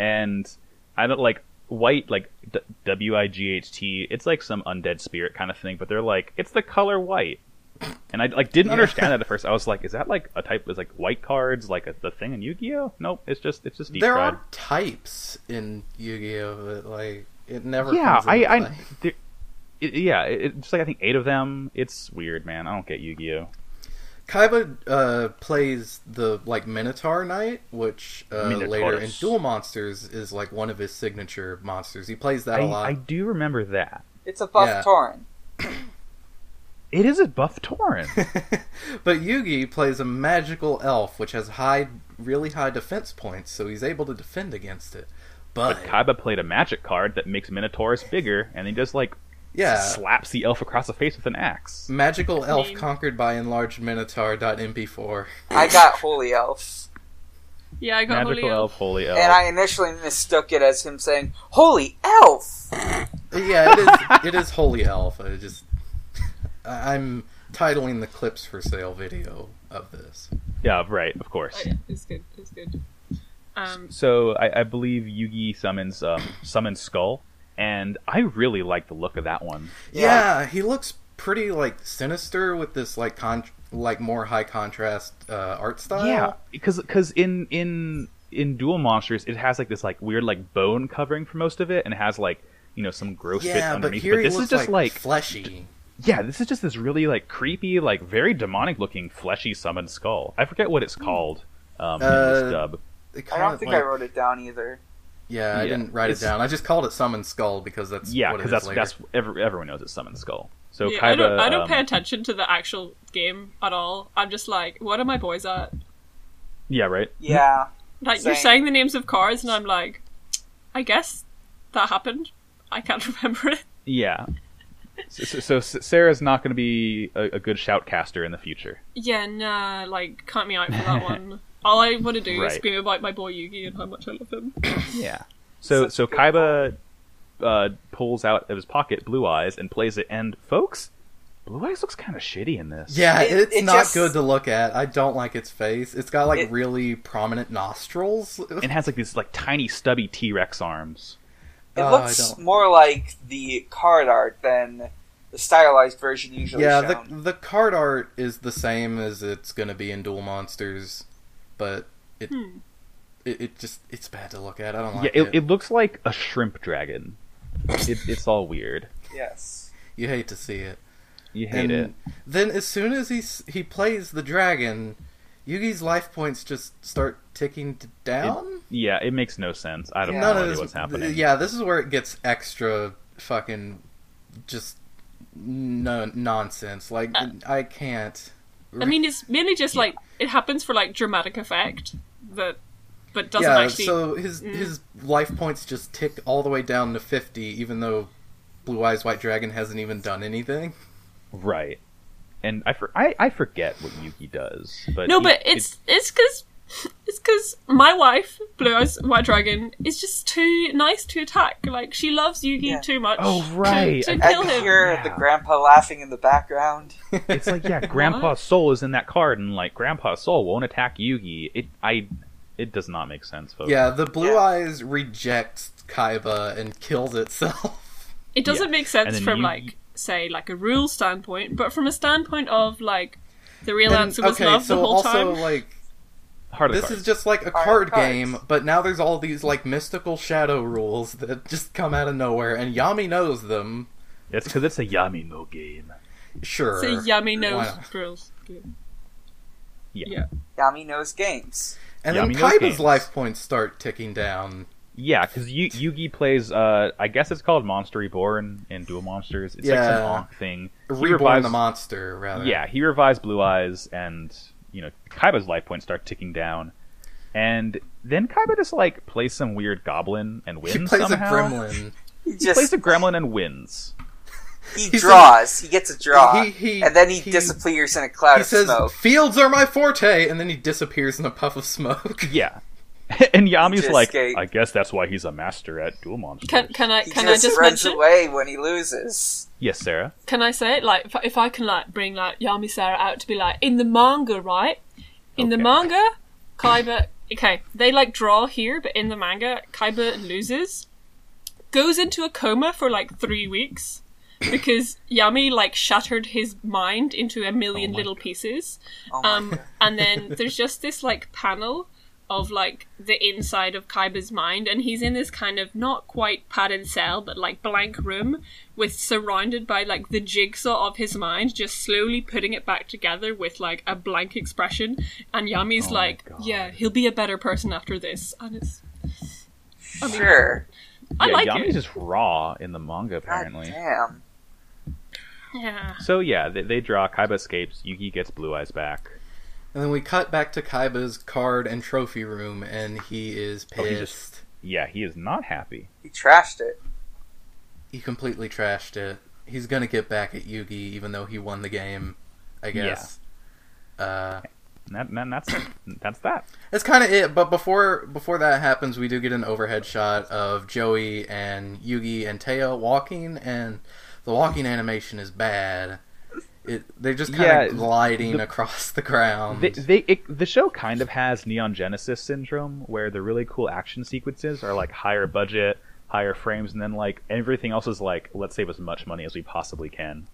S3: and I don't like white like d- W I G H T. It's like some undead spirit kind of thing. But they're like it's the color white, and I like didn't understand that at first. I was like, is that like a type? Is like white cards like a, the thing in Yu Gi Oh? Nope. It's just it's just deep
S2: there
S3: fried.
S2: are types in Yu-Gi-Oh that like it never.
S3: yeah,
S2: comes
S3: I,
S2: into
S3: I,
S2: play.
S3: there- it, yeah, it, it- just like I think eight of them. It's weird, man. I don't get Yu-Gi-Oh.
S2: Kaiba uh, plays the like Minotaur Knight, which uh, later in
S3: Minotaurus.
S2: Duel Monsters is like one of his signature monsters. He plays that
S3: I,
S2: a lot.
S3: I do remember that.
S4: It's a buff
S2: Yeah.
S4: torrent.
S3: It is a buff torrent.
S2: but Yugi plays a magical elf, which has high, really high defense points, so he's able to defend against it. But,
S3: but Kaiba played a magic card that makes Minotaurus bigger, and he just like
S2: yeah,
S3: slaps the elf across the face with an axe.
S2: magical elf
S1: mean-
S2: conquered by enlarged minotaur.mp4.
S4: I got Holy Elf,
S1: Yeah, I got
S3: Magical
S1: holy
S3: elf, holy elf.
S4: and I initially mistook it as him saying "Holy Elf."
S2: yeah, it is. it is holy elf. I just, I- I'm titling the clips for sale video of this.
S3: Yeah, right. Of course.
S1: Oh, yeah, it's good. It's good. Um,
S3: So I, I believe Yugi summons um, summons Skull, and I really like the look of that one.
S2: Yeah, he looks pretty like sinister with this like con like more high contrast uh, art style.
S3: yeah because in in in dual monsters it has like this like weird like bone covering for most of it and it has like you know some gross bit
S2: yeah, but
S3: underneath.
S2: here he
S3: this
S2: looks
S3: is just like,
S2: fleshy.
S3: yeah, this is just this really like creepy, like very demonic looking fleshy summoned skull. I forget what it's called um, in
S2: Hmm. Uh,
S3: this dub.
S2: It
S4: I
S2: kinda,
S4: don't think
S2: like-
S4: I wrote it down either.
S2: Yeah, I
S3: Yeah,
S2: didn't write it
S3: it's-
S2: down. I just called it Summon Skull because that's
S3: Yeah,
S2: what it
S3: because
S2: is
S3: that's
S2: later.
S3: that's every, everyone knows it's summoned skull. So
S1: yeah,
S3: Kaiba,
S1: I don't, I don't
S3: um,
S1: pay attention to the actual game at all. I'm just like, what are my boys at?
S3: yeah, right.
S4: Yeah.
S1: Like you're
S4: Same.
S1: saying the names of cars, and I'm like, I guess that happened. I can't remember it.
S3: Yeah. So, so, so S- Sarah's not going to be a, a good shoutcaster in the future.
S1: Yeah, nah, like count me out for that one. All I want to do
S3: Right.
S1: is scream about my boy Yugi and how much I love him.
S3: Yeah. So
S4: Such a
S3: so
S4: good
S3: Kaiba uh, pulls out of his pocket Blue Eyes and plays it. And folks, Blue Eyes looks kind of shitty in this.
S2: yeah,
S4: It-
S2: it's
S4: it
S2: not
S4: just-
S2: good to look at. I don't like its face. It's got like
S4: It-
S2: really prominent nostrils.
S3: And has like these like tiny stubby T Rex arms.
S4: It
S2: Oh, I
S4: looks
S2: don't-
S4: more like the card art than the stylized version usually
S2: yeah,
S4: shown.
S2: the the card art is the same as it's gonna be in Duel Monsters, but it
S1: Hmm.
S2: it, it just it's bad to look at. I don't
S3: yeah,
S2: like
S3: it,
S2: it.
S3: it looks like a shrimp dragon. It, it's all weird.
S4: Yes.
S2: You hate to see it.
S3: You hate
S2: and
S3: it.
S2: Then as soon as he s- he plays the dragon, Yugi's life points just start ticking d- down.
S3: Yeah, it makes no sense. I don't
S4: Yeah.
S3: know
S2: None of this-
S3: what's happening.
S2: Yeah, this is where it gets extra fucking just no nonsense. Like
S1: Uh,
S2: I can't.
S1: I mean, it's mainly just like it happens for like dramatic effect that, but doesn't
S2: yeah,
S1: actually.
S2: so his
S1: Mm.
S2: his life points just ticked all the way down to fifty, even though Blue Eyes White Dragon hasn't even done anything.
S3: Right. And I, for, I I forget what Yuki does, but
S1: no,
S3: he-
S1: but it's it's because it's because my wife, Blue Eyes White Dragon, is just too nice to attack. Like she loves Yugi
S4: Yeah.
S1: too much.
S3: Oh,
S1: to-
S3: right.
S1: To,
S4: I
S1: kill
S4: can
S1: him.
S4: hear
S3: Yeah.
S4: the grandpa laughing in the background.
S3: It's like yeah, Grandpa Soul is in that card, and like Grandpa Soul won't attack Yugi. It I it does not make sense, folks.
S2: yeah, the Blue
S4: Yeah.
S2: Eyes rejects Kaiba and kills itself.
S1: It doesn't
S3: Yeah.
S1: make
S3: And
S1: sense
S3: then
S1: from
S3: you-
S1: like say like a rule standpoint, but from a standpoint of like the real
S2: And-
S1: answer was
S2: okay,
S1: love
S2: so
S1: the whole
S2: also
S1: time.
S2: like
S3: Heart of the
S2: this
S3: Cards.
S2: is just like a
S4: Are
S2: card
S4: cards.
S2: game, but now there's all these like mystical shadow rules that just come out of nowhere, and Yami knows them.
S3: It's because it's a Yami no game.
S2: Sure,
S1: It's a yummy nose
S2: Wow.
S1: rules. game.
S3: Yeah.
S1: Yeah.
S4: Yami knows games.
S2: and
S3: Yami
S2: then
S3: knows
S2: Kaiba's
S3: games.
S2: life points start ticking down.
S3: Yeah, because Yu- Yugi plays. Uh, I guess it's called Monster Reborn in Dual Monsters. It's like some
S2: Yeah.
S3: Ankh thing. He
S2: Reborn
S3: revives-
S2: the monster, rather.
S3: Yeah, he revives Blue Eyes, and you know Kaiba's life points start ticking down, and then Kaiba just like plays some weird goblin and wins
S2: she plays
S3: somehow.
S2: a gremlin.
S4: He
S3: He
S4: just
S3: plays a gremlin and wins.
S4: he
S2: He's
S4: draws. he gets a draw,
S2: He- he-
S4: and then he,
S2: he-
S4: disappears in a cloud
S2: He
S4: of
S2: says,
S4: smoke.
S2: "Fields are my forte," and then he disappears in a puff of smoke.
S3: Yeah. and Yami's
S4: Just
S3: like,
S4: skate.
S3: I guess that's why he's a master at duel monsters.
S1: Can can I
S4: He
S1: can
S4: just,
S1: I just
S4: runs
S1: mention?
S4: away when he loses.
S3: Yes, Sarah.
S1: Can I say it? Like, if, if I can, like, bring, like, Yami Sarah out to be like, in the manga, right? In the
S3: Okay.
S1: manga, Kaiba. Okay, they, like, draw here, but in the manga, Kaiba loses, goes into a coma for, like, three weeks because Yami, like, shattered his mind into a million
S3: Oh my
S1: little pieces.
S4: Oh my
S1: Um, and then there's just this, like, panel of like the inside of Kaiba's mind, and he's in this kind of not quite padded cell, but like blank room with surrounded by like the jigsaw of his mind, just slowly putting it back together with like a blank expression. And Yami's
S3: Oh my
S1: like,
S3: God.
S1: "Yeah, he'll be a better person after this." And it's, I mean,
S4: sure.
S1: I
S3: yeah,
S1: like
S3: Yami's
S1: it.
S3: just raw in the manga, apparently.
S4: God damn.
S1: yeah.
S3: So yeah, they, they draw. Kaiba escapes. Yugi gets Blue Eyes back.
S2: And then we cut back to Kaiba's card and trophy room, and he is
S3: Oh,
S2: pissed.
S3: he
S2: he,
S3: just- Yeah, he is not happy.
S4: He trashed it.
S2: completely trashed it. He's gonna get back at Yugi, even though he won the game. I
S3: Yeah.
S2: guess. Uh,
S3: And that, and that's that's that.
S2: That's kind of it. But before before that happens, we do get an overhead shot of Joey and Yugi and Teo walking, and the walking animation is bad. It, they're just kind
S3: Yeah,
S2: of gliding
S3: the-
S2: across the ground.
S3: They, they it, the show kind of has Neon Genesis syndrome, where the really cool action sequences are like higher budget, higher frames, and then like everything else is like let's save as much money as we possibly can.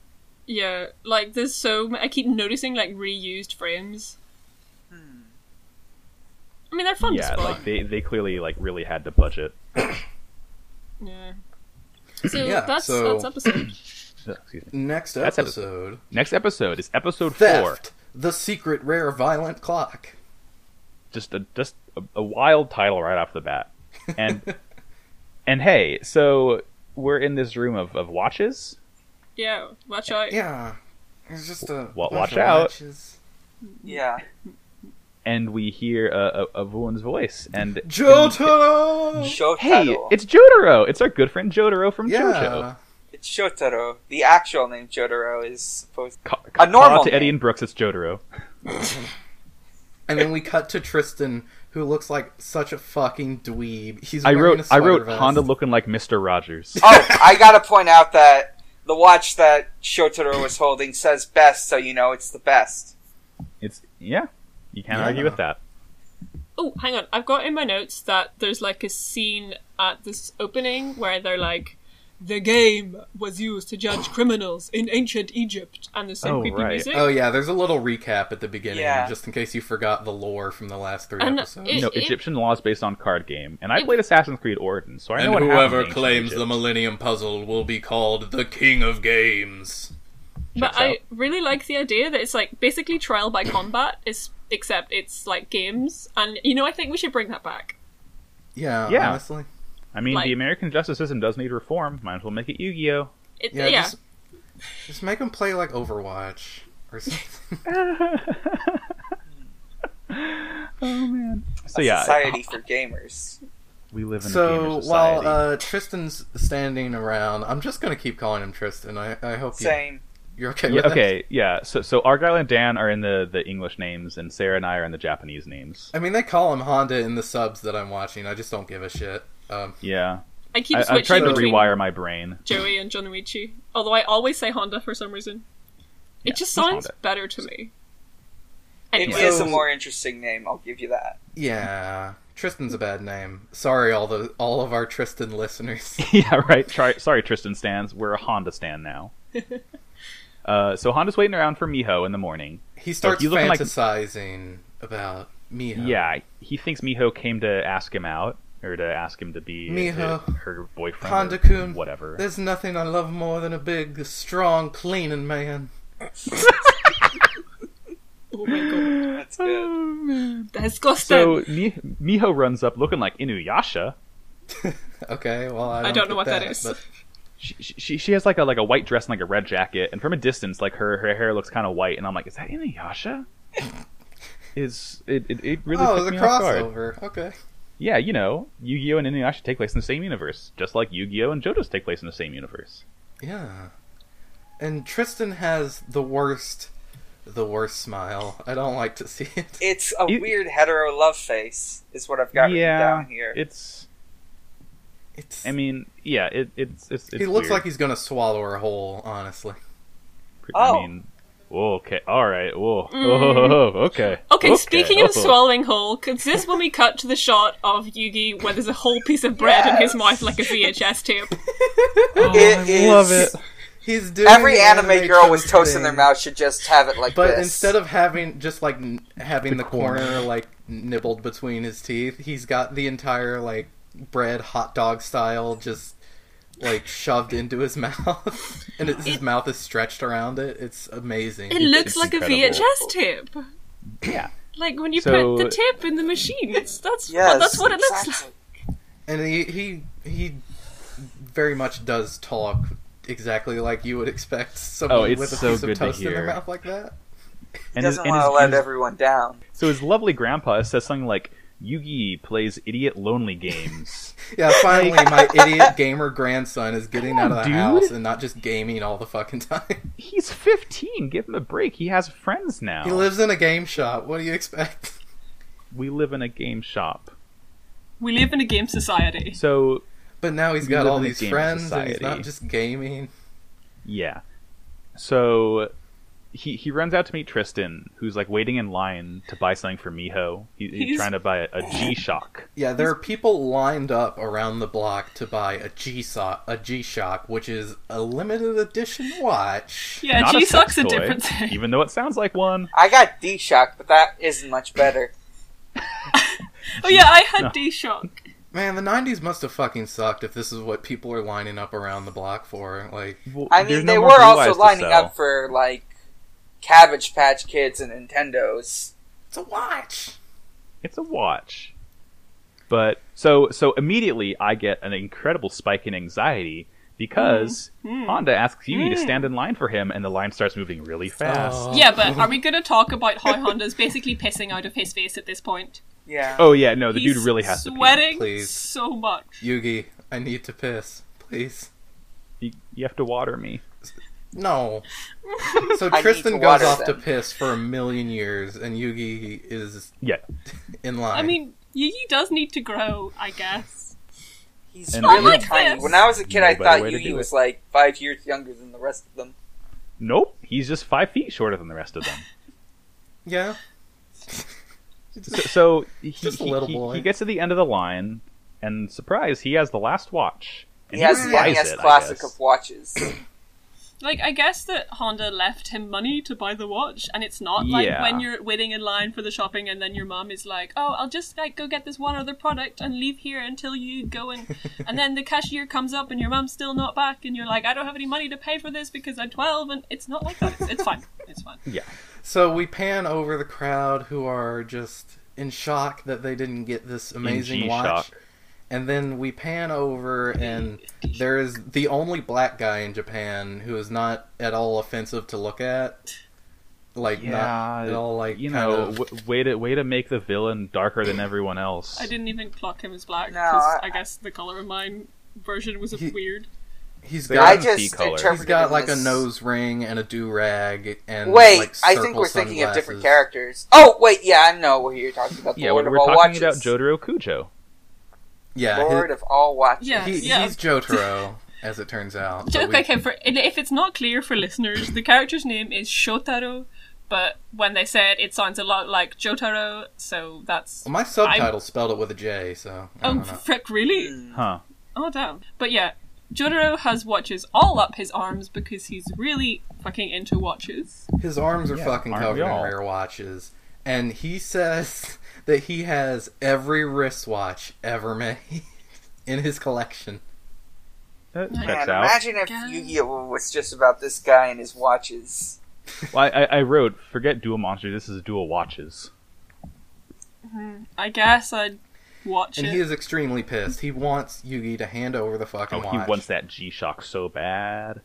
S1: Yeah, like there's so ma- I keep noticing like reused frames. I mean, they're fun to
S3: yeah,
S1: spot.
S3: like they, they clearly like really had to budget.
S1: Yeah. So
S2: Yeah,
S1: that's
S2: so-
S1: that's episode.
S3: Ugh, excuse me.
S2: Next
S3: That's episode-
S2: episode,
S3: Next episode is episode four.
S2: theft, the secret rare violent clock.
S3: Just a just a, a wild title right off the bat. And and hey, so we're in this room of, of watches.
S1: Yeah, watch out.
S2: Yeah, it's just a
S3: Wa-
S2: bunch
S3: watch
S2: of
S3: out.
S2: watches.
S4: Yeah.
S3: and we hear a, a, a Vuon's voice, and
S2: Jotaro.
S4: Shotaro.
S3: hey, it's Jotaro! It's our good friend Jotaro from JoJo.
S2: Yeah,
S4: It's Shotaro. The actual name Jotaro is supposed
S3: Ca- ca-
S4: normal
S3: call out to
S4: name.
S3: Eddie and Brooks. It's Jotaro.
S2: and then we cut to Tristan, who looks like such a fucking dweeb. He's
S3: I
S2: wearing
S3: wrote
S2: a
S3: I wrote
S2: spider
S3: Honda
S2: vest.
S3: looking like Mister Rogers.
S4: Oh, I gotta point out that the watch that Shotaro was holding says best, so you know it's the best.
S3: It's yeah, you can't
S2: Yeah.
S3: argue with that.
S1: Oh, hang on. I've got in my notes that there's like a scene at this opening where they're like, the game was used to judge criminals in ancient Egypt, and there's some
S3: Oh,
S1: creepy
S3: right.
S1: music.
S2: Oh yeah, there's a little recap at the beginning,
S4: Yeah.
S2: just in case you forgot the lore from the last three
S1: And
S2: episodes.
S1: it-
S3: You know,
S1: it-
S3: Egyptian laws based on card game, and I
S1: it-
S3: played Assassin's Creed Origins, so I know
S2: and
S3: what
S2: whoever
S3: happened in
S2: claims
S3: ancient
S2: the
S3: Egypt.
S2: Millennium Puzzle will be called the King of Games.
S1: but
S3: Checks
S1: I
S3: out.
S1: really like the idea that it's like basically trial by combat, is except it's like games. And you know, I think we should bring that back.
S2: Yeah,
S3: Yeah.
S2: honestly.
S3: I mean,
S1: like-
S3: the American justice system does need reform. Might as well make it Yu-Gi-Oh.
S1: It,
S2: Yeah,
S1: yeah,
S2: Just, just make him play like Overwatch or something.
S3: Oh man. So
S4: A
S3: yeah,
S4: society for gamers.
S3: we live in a gamer
S2: so
S3: society.
S2: while uh, Tristan's standing around, I'm just gonna keep calling him Tristan. I, I hope you,
S4: Same.
S2: you're okay
S3: Yeah,
S2: with that.
S3: okay, yeah. So, so Argyle and Dan are in the, the English names, and Sarah and I are in the Japanese names.
S2: I mean, they call him Honda in the subs that I'm watching. I just don't give a shit. Um,
S3: Yeah,
S1: I keep
S3: I, I
S1: switching
S3: tried to
S1: between
S3: rewire my brain.
S1: Joey and Jonuichi. Although I always say Honda for some reason.
S3: Yeah,
S1: it just
S3: he's
S1: sounds
S3: Honda.
S1: better to me.
S4: It
S1: Anyway,
S4: is
S2: So-
S4: a more interesting name, I'll give you that.
S2: yeah, Tristan's a bad name. Sorry, all the all of our Tristan listeners.
S3: yeah, right. Try, sorry, Tristan stands. We're a Honda stand now. uh, so Honda's waiting around for Miho in the morning.
S2: He starts
S3: you looking like-
S2: fantasizing about Miho.
S3: Yeah, he thinks Miho came to ask him out or to ask him to be
S2: Miho.
S3: to her boyfriend, or
S2: Honda-kun.
S3: whatever.
S2: There's nothing I love more than a big, strong, cleaning man.
S1: oh my god.
S4: That's good.
S1: Disgusting.
S3: So Mi- Miho runs up looking like Inuyasha.
S2: Okay, well I don't,
S1: I don't know
S2: get
S1: what
S2: that
S1: that is.
S2: but-
S3: She, she she has like a like a white dress and like a red jacket, and from a distance, like her her hair looks kind of white, and I'm like, is that Inuyasha? Is it, it, it really
S2: oh,
S3: took
S2: it's
S3: me
S2: a
S3: off guard.
S2: crossover. Okay.
S3: Yeah, you know, Yu-Gi-Oh and Inuyasha take place in the same universe, just like Yu-Gi-Oh and JoJo's take place in the same universe.
S2: Yeah. And Tristan has the worst, the worst smile. I don't like to see it.
S4: It's a
S3: You-
S4: weird hetero love face, is what I've got
S3: yeah,
S4: written down here.
S3: it's.
S2: It's,
S3: I mean, yeah, it, it's it's. it's
S2: he looks
S3: weird.
S2: like he's gonna swallow her whole. Honestly.
S3: I
S4: Oh.
S3: mean, whoa, okay, all right, whoa,
S1: Mm.
S3: oh, okay.
S1: okay, speaking of
S3: oh.
S1: swallowing whole, is this when we cut to the shot of Yugi where there's a whole piece of bread in his
S4: Yes.
S1: mouth like a VHS tape?
S3: Oh,
S4: It
S3: I love
S4: is-
S3: it.
S2: He's doing
S4: Every
S2: the
S4: anime, girl with
S2: toast
S4: toast in
S2: thing,
S4: their mouth should just have it like
S2: But
S4: this.
S2: instead of having just like n- having
S3: The
S2: the, corner. like nibbled between his teeth, he's got the entire like bread hot dog style just like shoved into his mouth, and it, his mouth is stretched around it. It's amazing.
S1: It looks
S3: it's
S1: like
S3: incredible.
S1: a VHS tape.
S3: Yeah.
S1: Like when you
S3: So-
S1: put the tape in the machine. It's, that's,
S4: yes,
S1: that's what it looks like.
S4: exactly.
S2: and he, he he very much does talk exactly like you would expect
S3: Oh,
S2: someone
S3: it's
S2: with a
S3: so
S2: piece
S3: good
S2: of
S3: to
S2: toast in their
S3: hear.
S2: mouth like that.
S4: He
S3: And his-
S4: doesn't
S3: and
S4: want to
S3: his-
S4: let
S3: and his-
S4: everyone down.
S3: So his lovely grandpa says something like, "Yugi plays idiot lonely games."
S2: Yeah, finally, my idiot gamer grandson is getting out
S3: Come
S2: of the
S3: on, dude.
S2: house and not just gaming all the fucking time.
S3: He's 15. Give him a break. He has friends now.
S2: He lives in a game shop. What do you expect?
S3: we live in a game shop.
S1: We live in a game society.
S3: So
S2: But now he's
S3: We
S2: got
S3: live
S2: all
S3: in a
S2: these
S3: game
S2: friends and he's
S3: society.
S2: not just gaming.
S3: yeah, so he he runs out to meet Tristan, who's like waiting in line to buy something for Miho. He, he's,
S1: He's-
S3: trying to buy a, a G Shock.
S2: Yeah, there are people lined up around the block to buy a G Shock, a G Shock, which is a limited edition watch.
S1: Yeah,
S3: Not
S1: G
S3: a sex
S1: sucks a
S3: toy,
S1: different thing.
S3: even though it sounds like one.
S4: I got D Shock, but that isn't much better.
S1: Oh yeah, I had
S3: No.
S1: D shock.
S2: Man, the '90s must have fucking sucked if this is what people are lining up around the block for. Like,
S3: Well,
S4: I
S3: there's
S4: mean,
S3: no
S4: they
S3: more
S4: were
S3: Blue Eyes
S4: also
S3: to
S4: lining
S3: sell.
S4: up for like Cabbage Patch Kids and Nintendos.
S2: it's a watch.
S3: It's a watch. But so so immediately I get an incredible spike in anxiety because
S1: Mm.
S3: Honda asks Yui to
S1: Mm.
S3: stand in line for him, and the line starts moving really fast.
S2: Oh.
S1: Yeah, but are we going to talk about how Honda's basically pissing out of his face at this point?
S4: Yeah.
S3: Oh yeah, no, the
S1: He's
S3: dude really has
S1: sweating
S2: please.
S1: so much.
S2: Yugi, I need to piss, please.
S3: to pee. You, you have to water me.
S2: No. So
S4: I need
S2: Tristan
S4: to
S2: goes
S4: water
S2: off to
S4: them.
S2: piss for a million years, and Yugi is
S3: Yeah.
S2: in line.
S1: I mean, Yugi does need to grow, I guess.
S4: He's
S3: And
S4: really
S1: I like
S4: tiny.
S1: this.
S4: When I was a kid,
S3: No
S4: I
S3: better
S4: thought
S3: way to
S4: Yugi
S3: do
S4: was like five years younger than the rest of them.
S3: Nope, he's just five feet shorter than the rest of them.
S2: yeah.
S3: So, so he,
S2: Just a
S3: he-
S2: little
S3: he-
S2: boy.
S3: he gets to the end of the line, and surprise, he has the last watch.
S4: He
S3: And
S4: has,
S2: he
S4: yeah, he
S3: buys
S4: has
S3: it, I
S4: classic
S3: guess.
S4: of watches.
S1: Like, I guess that Honda left him money to buy the watch, and it's not like
S3: Yeah.
S1: when you're waiting in line for the shopping, and then your mom is like, "Oh, I'll just like go get this one other product and leave here until you go and," and then the cashier comes up, and your mom's still not back, and you're like, "I don't have any money to pay for this because I'm 12," and it's not like that. It's, it's fine. It's fine.
S3: Yeah.
S2: So we pan over the crowd who are just in shock that they didn't get this amazing
S3: G
S2: watch.
S3: shock.
S2: And then we pan over, and there is the only black guy in Japan who is not at all offensive to look at. Like, not at all, like,
S3: you
S2: kind
S3: know,
S2: of-
S3: w- way to way to make the villain darker than everyone else.
S1: I didn't even clock him as black
S4: No,
S1: because I,
S4: I-
S1: guess the color of mine version was a
S2: He-
S1: weird.
S2: he's
S3: They
S4: I
S2: got,
S3: don't see
S4: just
S3: color.
S4: interpreted
S2: he's got
S4: him
S2: like a
S4: as-
S2: nose ring and a do rag and
S4: Wait,
S2: like,
S4: I think
S2: circle
S4: we're thinking of
S2: sunglasses.
S4: different characters. Oh, wait, yeah, I know what you're talking about. The
S3: yeah,
S4: Lord
S3: we're,
S4: of
S3: we're
S4: all
S3: talking
S4: watches.
S3: about Jotaro Kujo.
S2: Yeah,
S4: Lord of all watches.
S1: Yeah.
S2: he, he- he's Jotaro, as it turns out. but we-
S1: Joke okay, for and if it's not clear for listeners, the character's name is Shotaro, but when they say it, it sounds a lot like Jotaro, so that's
S2: Well, my subtitle spelled it with a J, so Oh, I
S1: oh
S2: don't know.
S1: frick, really?
S4: Hmm.
S3: Huh.
S1: Oh damn! But yeah, Jotaro has watches all up his arms because he's really fucking into watches.
S2: His arms are
S3: Yeah,
S2: fucking
S3: aren't we
S2: covered in
S3: all?
S2: rare watches, and he says that he has every wristwatch ever made in his collection.
S3: That
S1: Man,
S3: checks
S4: Man,
S3: out.
S4: imagine if
S1: God.
S4: Yu-Gi-Oh was just about this guy and his watches.
S3: Well, I, I, I wrote, forget dual monsters. This is dual watches.
S4: Mm-hmm.
S1: I guess I'd watch
S2: And
S1: it.
S2: he is extremely pissed. He wants Yugi to hand over the fucking
S3: Oh,
S2: watch.
S3: he wants that G Shock so bad.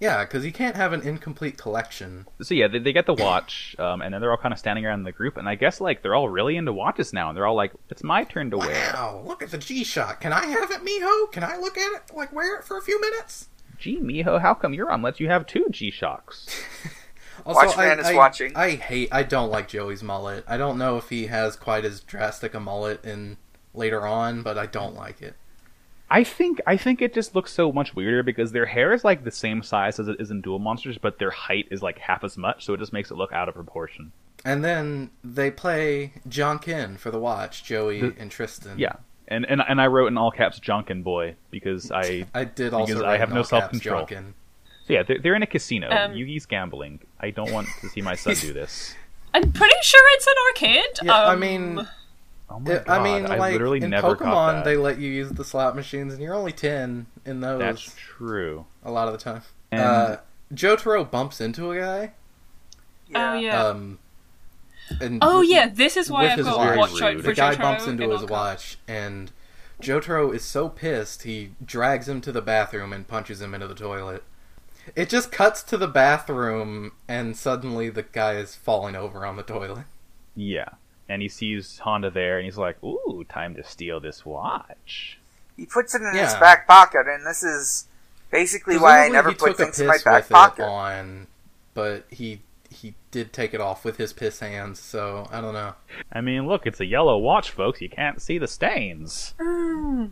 S2: Yeah, because he can't have an incomplete collection.
S3: So yeah, they, they get the watch, um, and then they're all kind of standing around in the group, and I guess like they're all really into watches now, and they're all like, "It's my turn to wear."
S2: Wow, look at the G Shock. Can I have it, Miho? Can I look at it, like wear it for a few minutes?
S3: Gee, Miho, how come your mom lets you have two G Shocks?
S2: Also,
S4: Watchman is
S2: I,
S4: watching.
S2: I hate. I don't like Joey's mullet. I don't know if he has quite as drastic a mullet in later on, but I don't like it.
S3: I think I think it just looks so much weirder because their hair is like the same size as it is in Duel Monsters, but their height is like half as much, so it just makes it look out of proportion.
S2: And then they play Jonkin for the watch, Joey and Tristan.
S3: Yeah, and and, and I wrote in all caps "Junkin Boy" because I
S2: I did also.
S3: Because I
S2: write
S3: have
S2: in
S3: no
S2: all caps,
S3: self-control.
S2: Jonkin.
S3: so yeah they're, they're in a casino.
S1: Um,
S3: Yugi's gambling. I don't want to see my son do this.
S1: I'm pretty sure it's an arcade.
S2: Yeah, I
S1: um,
S2: mean,
S3: Oh my
S2: it-
S3: god!
S2: I mean, like
S3: literally
S2: in
S3: never got
S2: Pokemon,
S3: that.
S2: they let you use the slot machines, and you're only ten in those
S3: That's true.
S2: a lot of the time.
S3: And
S2: Uh, Jotaro bumps into a guy.
S1: oh yeah.
S2: Um, and
S1: Oh yeah, this is why
S2: with
S1: I've
S2: his
S1: got
S2: watch.
S1: watch out
S3: Rude.
S1: for
S2: the guy
S1: Jotaro
S2: bumps into
S1: in
S2: his
S1: all caps.
S2: watch and Jotaro is so pissed he drags him to the bathroom and punches him into the toilet. It just cuts to the bathroom and suddenly the guy is falling over on the toilet.
S3: yeah, and he sees Honda there, and he's like, "Ooh, time to steal this watch."
S4: He puts it in his
S2: Yeah.
S4: back pocket, and this is basically why I
S2: Presumably
S4: never
S2: he
S4: put
S2: took a
S4: things in my
S2: piss
S4: back
S2: with it
S4: pocket.
S2: on, but he he did take it off with his piss hands, so I don't know.
S3: I mean, look, it's a yellow watch, folks. You can't see the stains.
S1: Mm.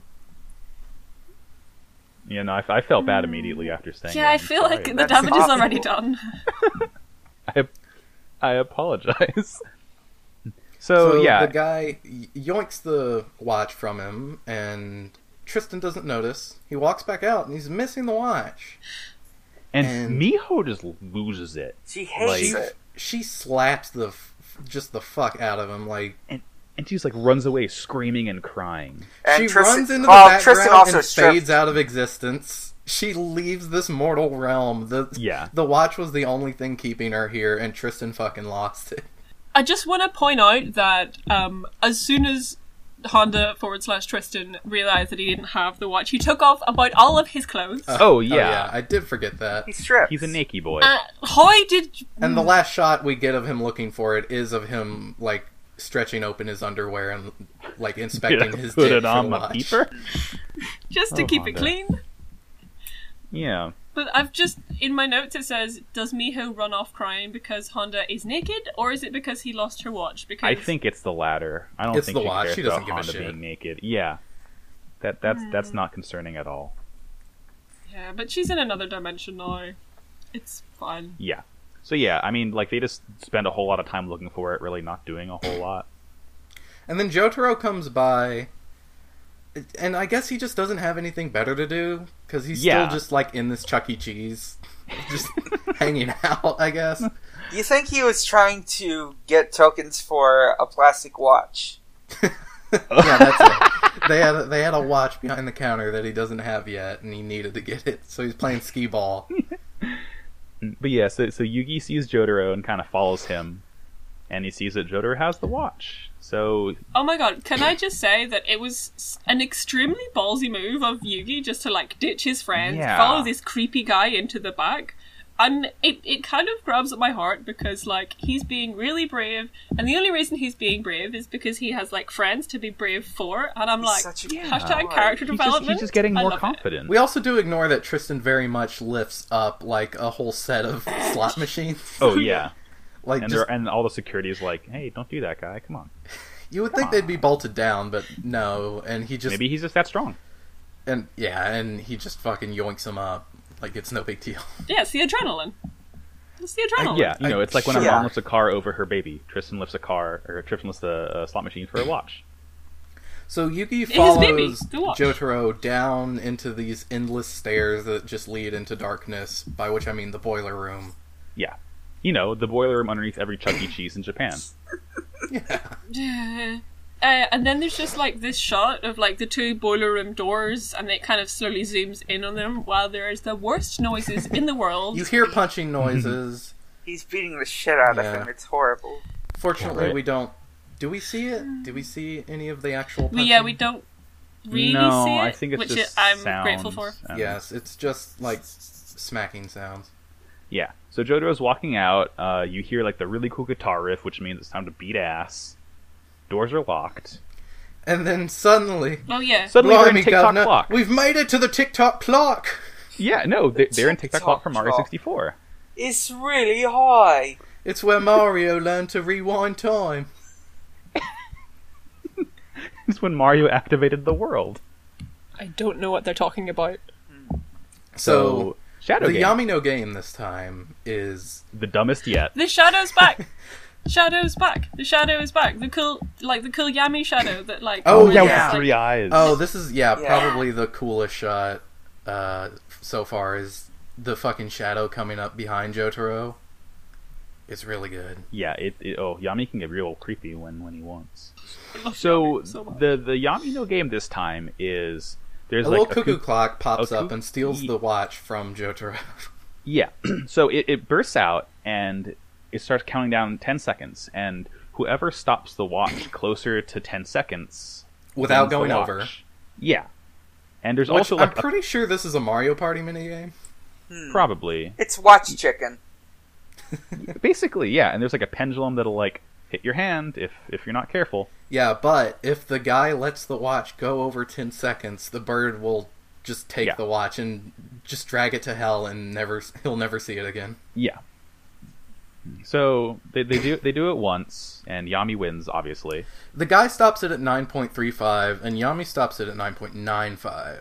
S3: You know, I, I felt bad immediately after
S1: Mm.
S3: saying that.
S1: Yeah, I
S3: I'm
S1: feel
S3: sorry.
S1: like the
S4: That's
S1: damage is already
S4: possible.
S1: done.
S3: I apologize. So, yeah,
S2: the guy y- yoinks the watch from him, and Tristan doesn't notice. He walks back out, and he's missing the watch.
S3: and,
S2: and-
S3: Miho just loses it.
S4: She
S3: Like-
S4: hates
S2: she,
S4: it.
S2: she slaps the f- just the fuck out of him like
S3: and she just like runs away screaming and crying.
S4: And
S2: she
S4: Tristan,
S2: runs into the
S4: well,
S2: background
S4: Tristan also
S2: and
S4: stripped-
S2: fades out of existence. She leaves this mortal realm. The
S3: Yeah.
S2: the watch was the only thing keeping her here, and Tristan fucking lost it.
S1: I just want to point out that um, as soon as Honda forward slash Tristan realized that he didn't have the watch, he took off about all of his clothes.
S3: Oh
S2: Oh,
S3: yeah.
S2: yeah, I did forget that.
S4: He stripped.
S3: He's a naked boy.
S1: Uh, how did
S2: And the last shot we get of him looking for it is of him like stretching open his underwear and like inspecting
S3: Did I
S2: his
S3: put
S2: dick
S3: it
S2: for
S3: on
S2: the
S3: my
S2: watch.
S3: peeper.
S1: just to
S3: Oh,
S1: keep it
S3: Honda.
S1: clean?
S3: Yeah.
S1: But I've just in my notes it says, "Does Miho run off crying because Honda is naked, or is it because he lost her watch?" Because
S3: I think it's the latter. I don't
S2: It's
S3: think
S2: the
S3: she
S2: watch.
S3: cares
S2: She doesn't
S3: about
S2: give a
S3: Honda
S2: shit.
S3: being naked. Yeah. That that's
S1: Mm.
S3: that's not concerning at all.
S1: yeah, but she's in another dimension now. It's fine.
S3: Yeah. So yeah, I mean, like they just spend a whole lot of time looking for it, really not doing a whole lot.
S2: And then Jotaro comes by, and I guess he just doesn't have anything better to do because he's
S3: Yeah.
S2: still just like in this Chuck E. Cheese, just hanging out. I guess.
S4: You think he was trying to get tokens for a plastic watch?
S2: yeah, that's it. They had a, they had a watch behind the counter that he doesn't have yet, and he needed to get it, so he's playing skee ball.
S3: Mm, But yeah, so so Yugi sees Jotaro and kind of follows him, and he sees that Jotaro has the watch. So
S1: Oh my god! Can I just say that it was s- an extremely ballsy move of Yugi just to like ditch his friends,
S3: Yeah.
S1: follow this creepy guy into the back, and it it kind of grabs at my heart because like he's being really brave, and the only reason he's being brave is because he has like friends to be brave for, and I'm like
S4: such a good
S1: hashtag
S4: boy.
S1: character
S3: he's just,
S1: development.
S3: he's just getting
S1: I
S3: more
S1: love it.
S3: confident.
S2: We also do ignore that Tristan very much lifts up like a whole set of slot machines.
S3: Oh yeah,
S2: Like
S3: and
S2: just,
S3: there, and all the security is like, hey, don't do that, guy. Come on.
S2: you would think they'd be bolted down, but no. And he just
S3: Maybe he's just that strong.
S2: and yeah, and he just fucking yoinks him up like it's no big deal.
S1: Yeah, it's the adrenaline. It's the adrenaline.
S3: Uh, Yeah, you know,
S2: I-
S3: it's like when a
S4: sure.
S3: mom lifts a car over her baby. Tristan lifts a car, or Tristan lifts the uh, slot machine for a watch.
S2: So Yuki
S1: It is baby,
S2: follows
S1: the watch.
S2: Jotaro down into these endless stairs that just lead into darkness, by which I mean the boiler room.
S3: Yeah, you know, the boiler room underneath every Chuck E. Cheese in Japan.
S1: Uh, and then there's just like this shot of like the two boiler room doors, and it kind of slowly zooms in on them while there is the worst noises in the world.
S2: You hear punching noises.
S4: He's beating the shit out of
S2: Yeah.
S4: him. It's horrible.
S2: Fortunately,
S3: Yeah, right.
S2: we don't. Do we see it? Do we see any of the actual?
S1: we,
S2: Punching?
S1: yeah, we don't really
S3: no,
S1: see it,
S3: I think it's
S1: which
S3: just
S1: I'm
S3: sounds
S1: grateful for.
S3: and-
S2: Yes, it's just like smacking sounds.
S3: Yeah. So Jotaro's walking out. Uh, you hear like the really cool guitar riff, which means it's time to beat ass. Doors are locked.
S2: And then suddenly,
S1: Oh yeah,
S3: Suddenly they're in
S2: Blimey,
S3: TikTok
S2: governor,
S3: clock.
S2: we've made it to the TikTok clock.
S3: Yeah, no, they're, they're in TikTok
S4: TikTok
S3: clock from Mario
S4: clock.
S3: 64.
S4: It's really high.
S2: It's where Mario learned to rewind time.
S3: It's when Mario activated the world.
S1: I don't know what they're talking about.
S2: So,
S3: Shadow
S2: the
S3: Game,
S2: Yamino game this time is
S3: the dumbest yet.
S1: The shadow's back. Shadow's back. The shadow is back. The cool, like the cool Yami shadow that like.
S2: Oh,
S1: always
S2: yeah,
S1: is,
S4: with
S1: like-
S3: Three eyes.
S2: Oh, this is yeah,
S4: Yeah.
S2: probably the coolest shot uh, so far is the fucking shadow coming up behind Jotaro. It's really good.
S3: Yeah, it, it oh Yami can get real creepy when when he wants.
S1: I love Yami
S3: So,
S1: oh, so much.
S3: the the Yami no game this time is there's
S2: a
S3: like
S2: little cuckoo clock pops
S3: a
S2: up
S3: cuck-
S2: and steals the watch from Jotaro.
S3: Yeah. so it, it bursts out and it starts counting down 10 seconds. And whoever stops the watch closer to 10 seconds.
S2: Without
S3: wins the
S2: going
S3: watch.
S2: over.
S3: Yeah. And there's
S2: Which
S3: also like
S2: I'm
S3: a-
S2: pretty sure this is a Mario Party minigame.
S3: probably
S4: It's watch chicken.
S3: basically yeah and there's like a pendulum that'll like hit your hand if if you're not careful
S2: Yeah, but if the guy lets the watch go over 10 seconds, the bird will just take
S3: Yeah.
S2: the watch and just drag it to hell and never he'll never see it again.
S3: yeah so they, they do they do it once and yami wins obviously
S2: The guy stops it at 9.35 and Yami stops it at 9.95.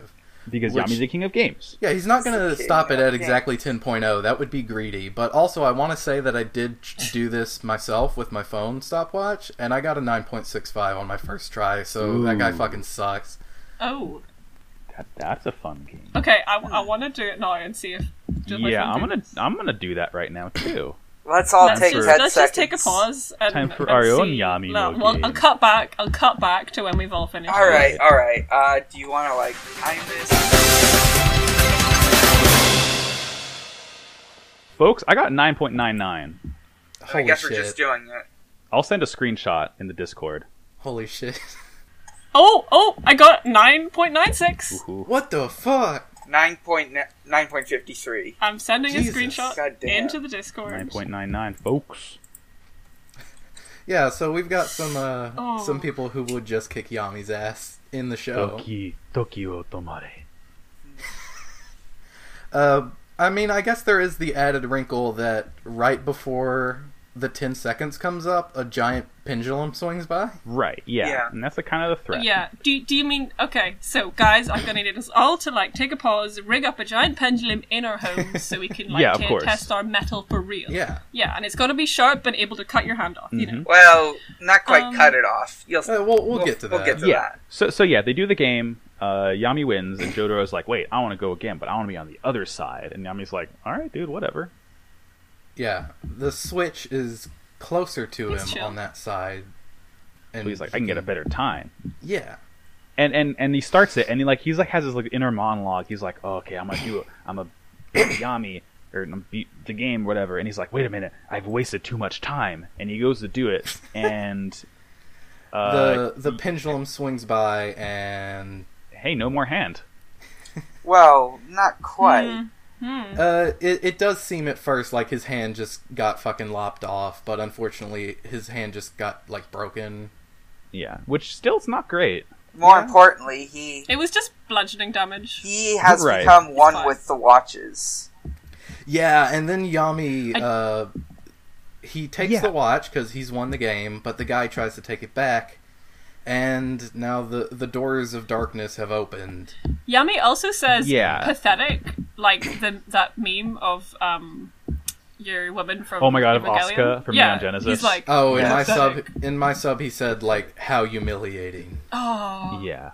S3: because
S2: Which-
S3: yami's the king of games
S2: Yeah, he's not going to
S4: Okay,
S2: stop it at
S4: okay.
S2: exactly 10.0. That would be greedy. But also, I want to say that I did ch- do this myself with my phone stopwatch, and I got a 9.65 on my first try, so that guy
S3: Ooh.
S2: fucking sucks.
S1: oh,
S3: that, that's a fun game
S1: okay. I, I want to do it now and see if. Jill
S3: yeah
S1: Hudson
S3: i'm
S1: did
S3: gonna i'm gonna do that right now too
S4: Let's all
S1: let's
S4: take
S1: just,
S4: 10
S1: let's
S4: seconds.
S1: just take a pause. And,
S3: Time for
S1: and
S3: our own
S1: see.
S3: Yami
S1: No,
S3: Mogi.
S1: well, I'll cut back. I'll cut back to when we've all finished.
S4: All right, all right. Uh, do you want to like time this?
S3: Folks, I got 9.99.
S4: I
S2: Holy
S4: guess
S2: shit.
S4: we're just doing it.
S3: I'll send a screenshot in the Discord.
S2: Holy shit.
S1: Oh, oh! I got nine point nine six.
S3: Woohoo.
S2: What the fuck?
S4: Nine point nine point fifty three.
S1: I'm sending
S2: Jesus,
S1: a screenshot
S4: goddamn.
S1: into the Discord.
S3: 9.99, folks.
S2: Yeah, so we've got some uh
S1: Oh.
S2: some people who would just kick Yami's ass in the show.
S3: Toki, Tokyo Tomare.
S2: Uh, I mean, I guess there is the added wrinkle that right before the 10 seconds comes up, a giant pendulum swings by.
S3: Right, yeah.
S4: Yeah.
S3: And that's the kind of the threat.
S1: Yeah. Do do you mean okay? So guys, I'm gonna need us all to like take a pause, rig up a giant pendulum in our homes so we can like
S3: Yeah, of
S1: te-
S3: course.
S1: test our metal for real.
S2: Yeah.
S1: Yeah, and it's gotta be sharp but able to cut your hand off. You
S3: Mm-hmm.
S1: know.
S4: Well, not quite
S1: Um,
S4: cut it off. You'll
S2: Uh, we'll, we'll, get to that.
S4: We'll get to
S3: Yeah.
S4: that.
S3: So, so yeah, they do the game. Uh, Yami wins, and Jotaro's like, "Wait, I want to go again, but I want to be on the other side." And Yami's like, "All right, dude, whatever."
S2: Yeah. The switch is closer to
S1: He's
S2: him
S1: chill.
S2: on that side. And
S3: So he's like, "I can get a better time."
S2: Yeah.
S3: And and and he starts it, and he like he's like has his like inner monologue. He's like, oh, "Okay, I'm gonna do it. I'm a beat Yami or I'm beat the game, whatever." And he's like, "Wait a minute, I've wasted too much time." And he goes to do it, and uh,
S2: The the pendulum swings by and
S3: hey, no more hand.
S4: Well, not quite.
S1: Hmm.
S2: uh it, it does seem at first like his hand just got fucking lopped off, but unfortunately his hand just got like broken.
S3: Yeah, which still is not great.
S4: More
S2: Yeah.
S4: importantly, he
S1: It was just bludgeoning damage.
S4: he has
S3: Right.
S4: become one
S1: fine.
S4: with the watches.
S2: Yeah, and then Yami,
S1: I-
S2: uh, he takes
S3: Yeah.
S2: the watch because he's won the game, but the guy tries to take it back, and now the the doors of darkness have opened.
S1: Yami also says
S3: Yeah.
S1: pathetic, like the that meme of um your woman from
S3: Oh my God, of
S1: Evangelion.
S3: Asuka from
S1: yeah,
S3: Neon Genesis.
S1: He's like
S2: Oh, in my
S1: pathetic.
S2: sub, in my sub, he said like how humiliating.
S1: Oh
S3: Yeah.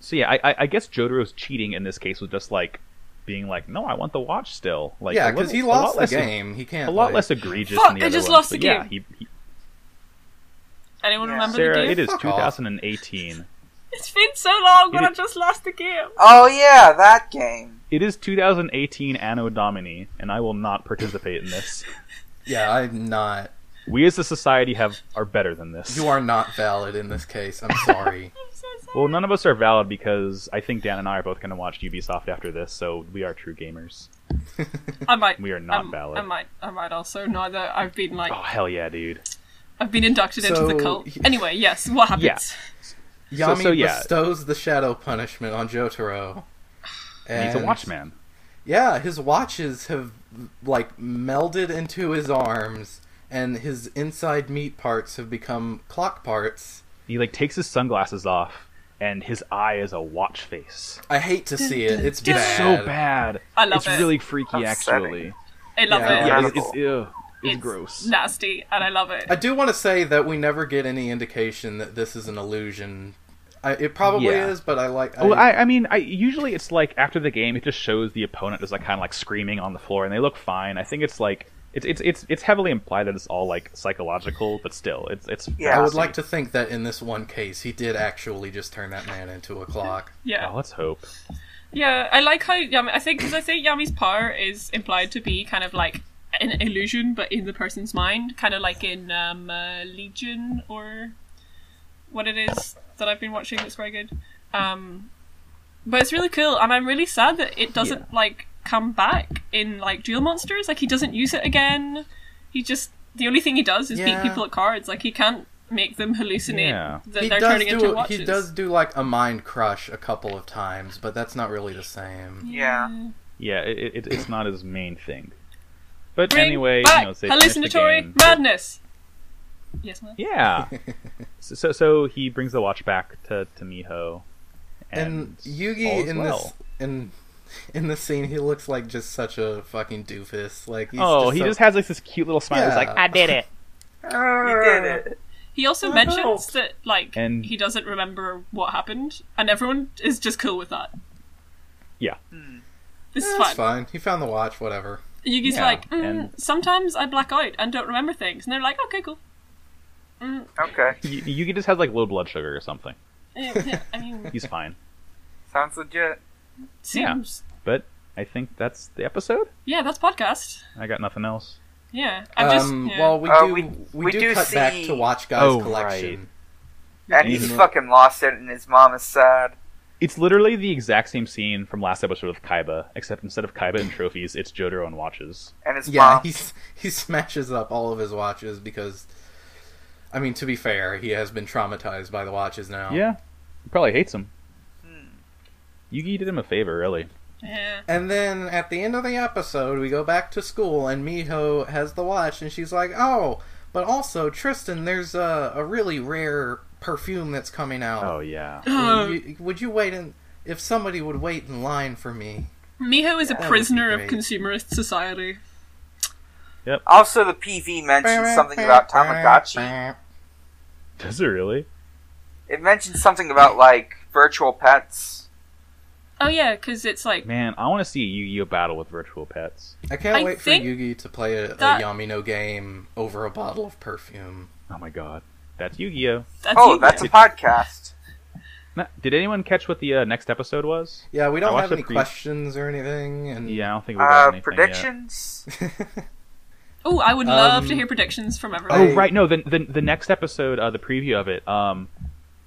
S3: So yeah, I, I, I guess Jotaro's cheating in this case was just like being like, no, I want the watch still. Like,
S2: yeah,
S3: a
S2: because
S3: little-
S2: he
S3: a lot
S2: lost the
S3: less-
S2: game. He can't
S3: A lot
S2: like-
S3: less egregious.
S1: Fuck,
S3: than the
S1: I
S3: other
S1: just
S3: ones,
S1: lost
S3: but
S1: the
S3: yeah,
S1: game.
S3: he- he-
S1: Anyone
S4: Yeah.
S1: remember the
S3: Sarah,
S1: game?
S3: it is
S2: Fuck off.
S3: 2018.
S1: It's been so long when
S3: It
S1: I
S3: is-
S1: just lost the game.
S4: Oh yeah, that game.
S3: It is 2018 Anno Domini, and I will not participate in this.
S2: Yeah, I'm not.
S3: We as a society have are better than this.
S2: You are not valid in this case. I'm sorry.
S1: I'm so sorry.
S3: Well, none of us are valid because I think Dan and I are both going to watch Ubisoft after this, so we are true gamers.
S1: I might.
S3: We are not
S1: I'm-
S3: valid.
S1: I might. I might also. Neither. I've been like.
S3: Oh hell yeah, dude!
S1: I've been inducted into the
S2: So-
S1: cult. Anyway, yes. What happens?
S3: Yeah.
S2: Yami
S3: so, yeah.
S2: bestows the shadow punishment on Jotaro. And
S3: He's a watchman.
S2: Yeah, his watches have like melded into his arms, and his inside meat parts have become clock parts.
S3: He like takes his sunglasses off, and his eye is a watch face.
S2: I hate to see it. It's
S1: dun,
S2: bad.
S3: so bad.
S1: I love
S3: it's
S1: it.
S3: really freaky,
S4: Upsetting.
S3: actually.
S1: I love
S2: Yeah.
S1: it. Um,
S3: Yeah,
S4: Incredible.
S3: it's, it's, ew, it's,
S1: It's
S3: gross.
S1: Nasty, and I love it.
S2: I do want to say that we never get any indication that this is an illusion. I, it probably
S3: Yeah.
S2: is, but I like.
S3: well, I, I mean, I usually it's like after the game, it just shows the opponent is like kind of like screaming on the floor, and they look fine. I think it's like it's it's it's it's heavily implied that it's all like psychological, but still, it's it's.
S4: Yeah.
S2: I would
S3: fascinating.
S2: like to think that in this one case, he did actually just turn that man into a clock.
S1: yeah,
S3: Oh, let's hope.
S1: yeah. I like how Yami. I think because I think Yami's power is implied to be kind of like an illusion, but in the person's mind, kind of like in um, uh, Legion or what it is that I've been watching. That's very good. Um, but it's really cool, and I'm really sad that it doesn't like come back in like Duel Monsters. Like he doesn't use it again. He just the only thing he does is
S2: Yeah.
S1: beat people at cards. Like he can't make them hallucinate
S3: Yeah.
S1: that
S2: he
S1: they're
S2: does
S1: turning
S2: do.
S1: into
S2: a-
S1: watches.
S2: he does do like a mind crush a couple of times, but that's not really the same.
S4: Yeah.
S3: Yeah, it, it, it's- it's not his main thing. But
S1: Bring
S3: anyway,
S1: back
S3: you know, they finish the
S1: hallucinatory
S3: game.
S1: madness. Yes, ma'am.
S3: Yeah. so, so so he brings the watch back to to Miho.
S2: And
S3: all
S2: Yugi
S3: is
S2: in
S3: well.
S2: this in in the scene, he looks like just such a fucking doofus. Like he's
S3: oh,
S2: just
S3: he
S2: so-
S3: just has like this cute little smile. He's
S2: Yeah.
S3: like, I did it.
S4: He did it.
S1: He also
S2: Wow.
S1: mentions that like
S3: And-
S1: he doesn't remember what happened, and everyone is just cool with that.
S3: Yeah.
S1: This is
S2: "Eh, it's
S1: fun.
S2: fine. He found the watch. Whatever.
S1: Yugi's
S3: Yeah,
S1: like, mm,
S3: and-
S1: sometimes I black out and don't remember things, and they're like, okay, cool. Mm,
S4: Okay,
S3: Y- Yugi just has like low blood sugar or something.
S1: eh, yeah, I mean,
S3: He's fine.
S4: sounds legit.
S1: seems.
S3: But I think that's the episode.
S1: Yeah, that's podcast.
S3: I got nothing else.
S1: Yeah, I'm just.
S2: um,
S1: yeah.
S2: Well, we
S4: Uh,
S2: do
S4: we-
S2: we,
S4: we
S2: do,
S4: do
S2: cut back
S4: see-
S2: to Watch Guys
S3: Oh,
S2: collection.
S4: And he's
S2: Mhm.
S4: fucking lost it, and his mom is sad.
S3: It's literally the exact same scene from last episode with Kaiba, except instead of Kaiba and trophies, it's Jotaro and watches.
S4: And his
S2: Yeah,
S4: mom.
S2: he's he smashes up all of his watches because, I mean, to be fair, he has been traumatized by the watches now.
S3: Yeah, he probably hates him. Yugi did him a favor, really.
S1: yeah.
S2: And then at the end of the episode, we go back to school, and Miho has the watch, and she's like, "Oh, but also Tristan, there's a a really rare perfume that's coming out.
S3: Oh yeah.
S1: Oh.
S2: Would you, would you wait in? If somebody would wait in line for me,
S1: Miho is
S2: that would
S1: a
S2: be
S1: prisoner of
S2: great.
S1: consumerist society.
S4: Also, the PV mentions something about Tamagotchi.
S3: Does it really?
S4: It mentions something about like virtual pets.
S1: Oh yeah, because it's like
S3: Man, I want to see a Yu-Gi-Oh battle with virtual pets.
S2: I can't
S1: I
S2: wait for
S1: think
S2: Yugi to play a,
S1: that-
S2: a Yamino game over a bottle of perfume.
S3: Oh my god, that's Yu-Gi-Oh.
S1: that's
S4: Oh,
S1: you
S4: that's a
S1: guys.
S4: podcast.
S3: Na- Did anyone catch what the uh, next episode was?
S2: Yeah, we
S3: I
S2: don't
S3: watched
S2: have
S3: the
S2: any
S3: pre-
S2: questions or anything, and
S3: Yeah, I don't think we got
S4: Uh,
S3: anything yet.
S4: predictions.
S1: Oh, I would love to
S2: Um,
S1: hear predictions from everyone.
S3: Oh
S2: I-
S3: right, no. The, the the next episode, uh, the preview of it. Um,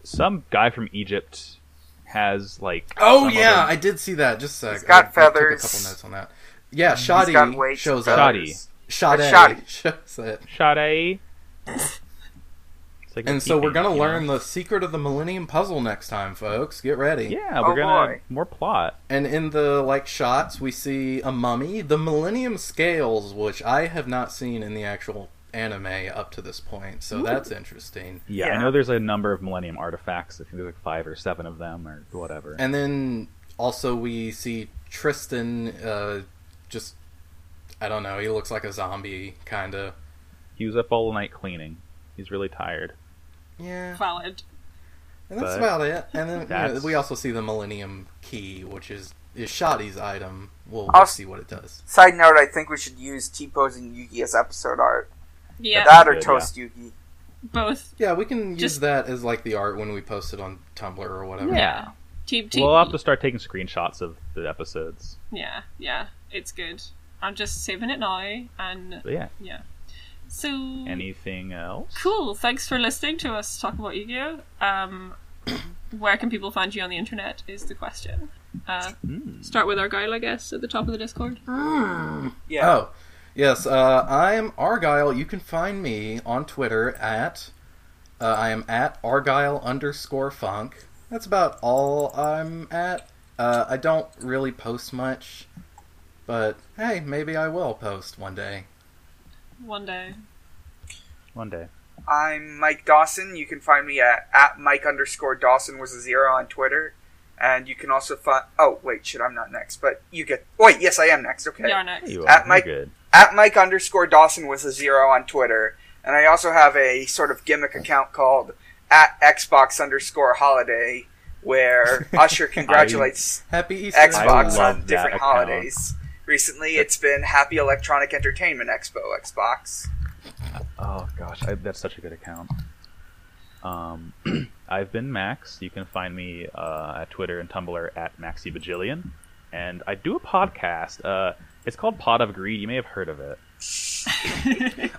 S3: some guy from Egypt has like.
S2: Oh
S3: some
S2: yeah,
S3: other-
S2: I did see that. Just a sec.
S4: He's got
S2: I- I
S4: feathers.
S2: Took a couple notes on that. Yeah, Shoddy
S4: He's got weights.
S2: shows
S4: and
S2: up.
S3: Shoddy.
S2: Shoddy,
S4: Shoddy.
S2: shows it.
S3: Shade. It's eh? like a
S2: And so
S3: peeping,
S2: we're gonna
S3: you know?
S2: learn the secret of the Millennium Puzzle next time, folks. Get ready.
S3: Yeah,
S4: Oh,
S3: we're gonna
S4: boy.
S3: more plot.
S2: And in the like shots, we see a mummy, the Millennium Scales, which I have not seen in the actual anime up to this point. So that's interesting.
S3: Yeah,
S4: Yeah.
S3: I know there's a number of Millennium artifacts. I think there's like five or seven of them or whatever.
S2: And then also we see Tristan. Uh, just I don't know. He looks like a zombie, kind of.
S3: he was up all night cleaning. He's really tired.
S2: Yeah.
S1: Valid.
S2: And that's
S3: But
S2: about it. And then you know,
S3: that's-
S2: we also see the Millennium Key, which is is Shoddy's item. We'll, we'll
S4: I'll s-
S2: see what it does.
S4: Side note: I think we should use T posing Yugi as episode art.
S1: Yeah,
S4: that or
S3: Good,
S4: toast Yugi.
S1: both.
S2: Yeah, we can use
S1: Just-
S2: that as like the art when we post it on Tumblr or whatever.
S1: Yeah. Team, team.
S3: We'll have to start taking screenshots of the episodes.
S1: Yeah, yeah, it's good. I'm just saving it now, and
S3: But yeah,
S1: so
S3: anything else?
S1: cool. Thanks for listening to us talk about Yu-Gi-Oh. Um, where can people find you on the internet? Is the question. Uh,
S3: Hmm,
S1: Start with our guile, I guess, at the top of the Discord.
S4: Yeah.
S2: Oh, yes. Uh, I am Argyle. You can find me on Twitter at uh, I am at Argyle underscore Funk. That's about all I'm at. Uh, I don't really post much, but hey, maybe I will post one day.
S1: One day.
S3: One day.
S4: I'm Mike Dawson. You can find me at, at Mike underscore Dawson was a zero on Twitter. And you can also find. Oh, wait, shit, I'm not next. But you get. Wait, yes, I am next. Okay.
S1: You are next.
S3: You are.
S4: At
S3: You're
S4: my-
S3: good.
S4: At Mike underscore Dawson was a zero on Twitter. And I also have a sort of gimmick account called at Xbox underscore holiday, where Usher congratulates
S2: Happy Easter!
S4: Xbox
S3: love
S4: on
S3: that
S4: different
S3: account.
S4: holidays. Recently, it's been Happy Electronic Entertainment Expo, Xbox.
S3: Oh gosh, I, that's such a good account. Um, I've been Max. You can find me uh, at Twitter and Tumblr at Maxi Bajillion, and I do a podcast. Uh, it's called Pod of Greed. You may have heard of it.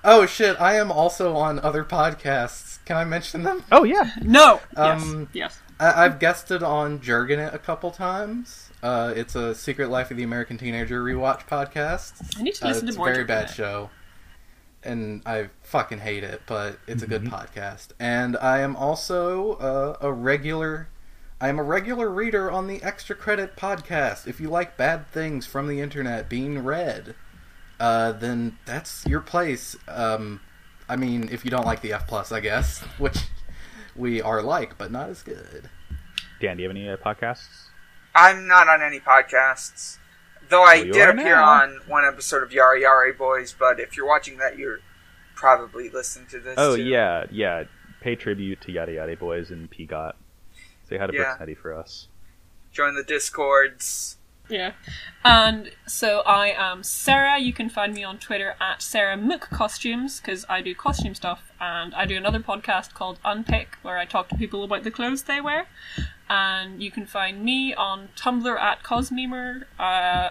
S2: Oh shit! I am also on other podcasts. Can I mention them?
S3: Oh yeah,
S1: No.
S2: Um,
S1: yes.
S2: I- I've guested on Jergen it a couple times. Uh, it's a Secret Life of the American Teenager rewatch podcast.
S1: Yes. I need to
S2: Uh,
S1: listen
S2: it's
S1: to
S2: a
S1: more.
S2: very
S1: Juggernaut.
S2: bad show, and I fucking hate it, but it's a good podcast. And I am also uh, a regular. I am a regular reader on the Extra Credit podcast. If you like bad things from the internet being read, uh, then that's your place. Um, I mean, if you don't like the F plus, I guess, which we are like, but not as good.
S3: Dan, do you have any uh, podcasts?
S4: I'm not on any podcasts, though
S3: Well,
S4: I
S3: Oh, you
S4: did
S3: are
S4: appear
S3: now.
S4: on one episode of Yari Yari Boys. But if you're watching that, you're probably listening to this.
S3: Oh
S4: too.
S3: yeah, yeah. Pay tribute to Yada Yada Boys and P Got. Say hi to
S4: Yeah.
S3: Brooks Netty for us.
S4: Join the discords.
S1: Yeah. And so I am Sarah. You can find me on Twitter at Sarah Mook Costumes because I do costume stuff and I do another podcast called Unpick where I talk to people about the clothes they wear. And you can find me on Tumblr at Cosmemer. Uh,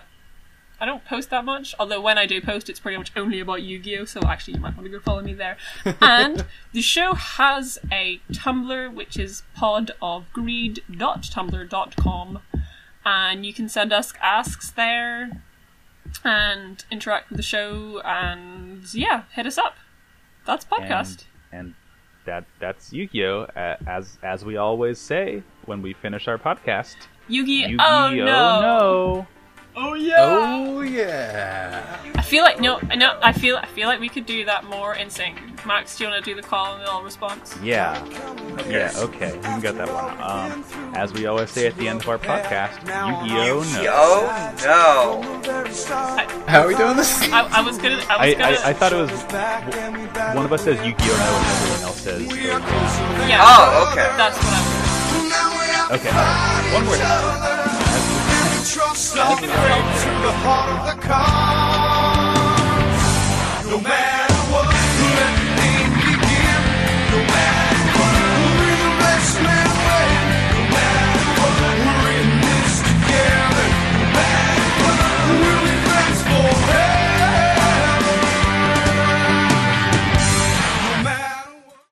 S1: I don't post that much, although when I do post, it's pretty much only about Yu Gi Oh! So actually, you might want to go follow me there. and the show has a Tumblr, which is podofgreed.tumblr.com and you can send us asks there and interact with the show and yeah hit us up that's podcast
S3: And, and that that's Yu-Gi-Oh! Uh, as as we always say when we finish our podcast.
S1: yugi,
S3: Yu-Gi-Oh!
S1: oh no.
S3: no.
S1: oh yeah
S2: Oh yeah.
S1: i feel like no no i feel i feel like we could do that more in sync max do you want to do the call and all response
S3: Yeah. Yeah, okay. You got that one. Um, as we always say at the end of our podcast, Yu-Gi-Oh! No.
S4: Oh no.
S2: How are we doing this?
S1: I, I was gonna i
S3: I,
S1: was gonna
S3: I, I thought it was w- one of us says Yu-Gi-Oh! No and everyone else says oh, yeah.
S1: yeah
S4: Oh, okay.
S1: that's what i
S3: Okay, all right. one more time.
S1: was gonna say.
S5: No matter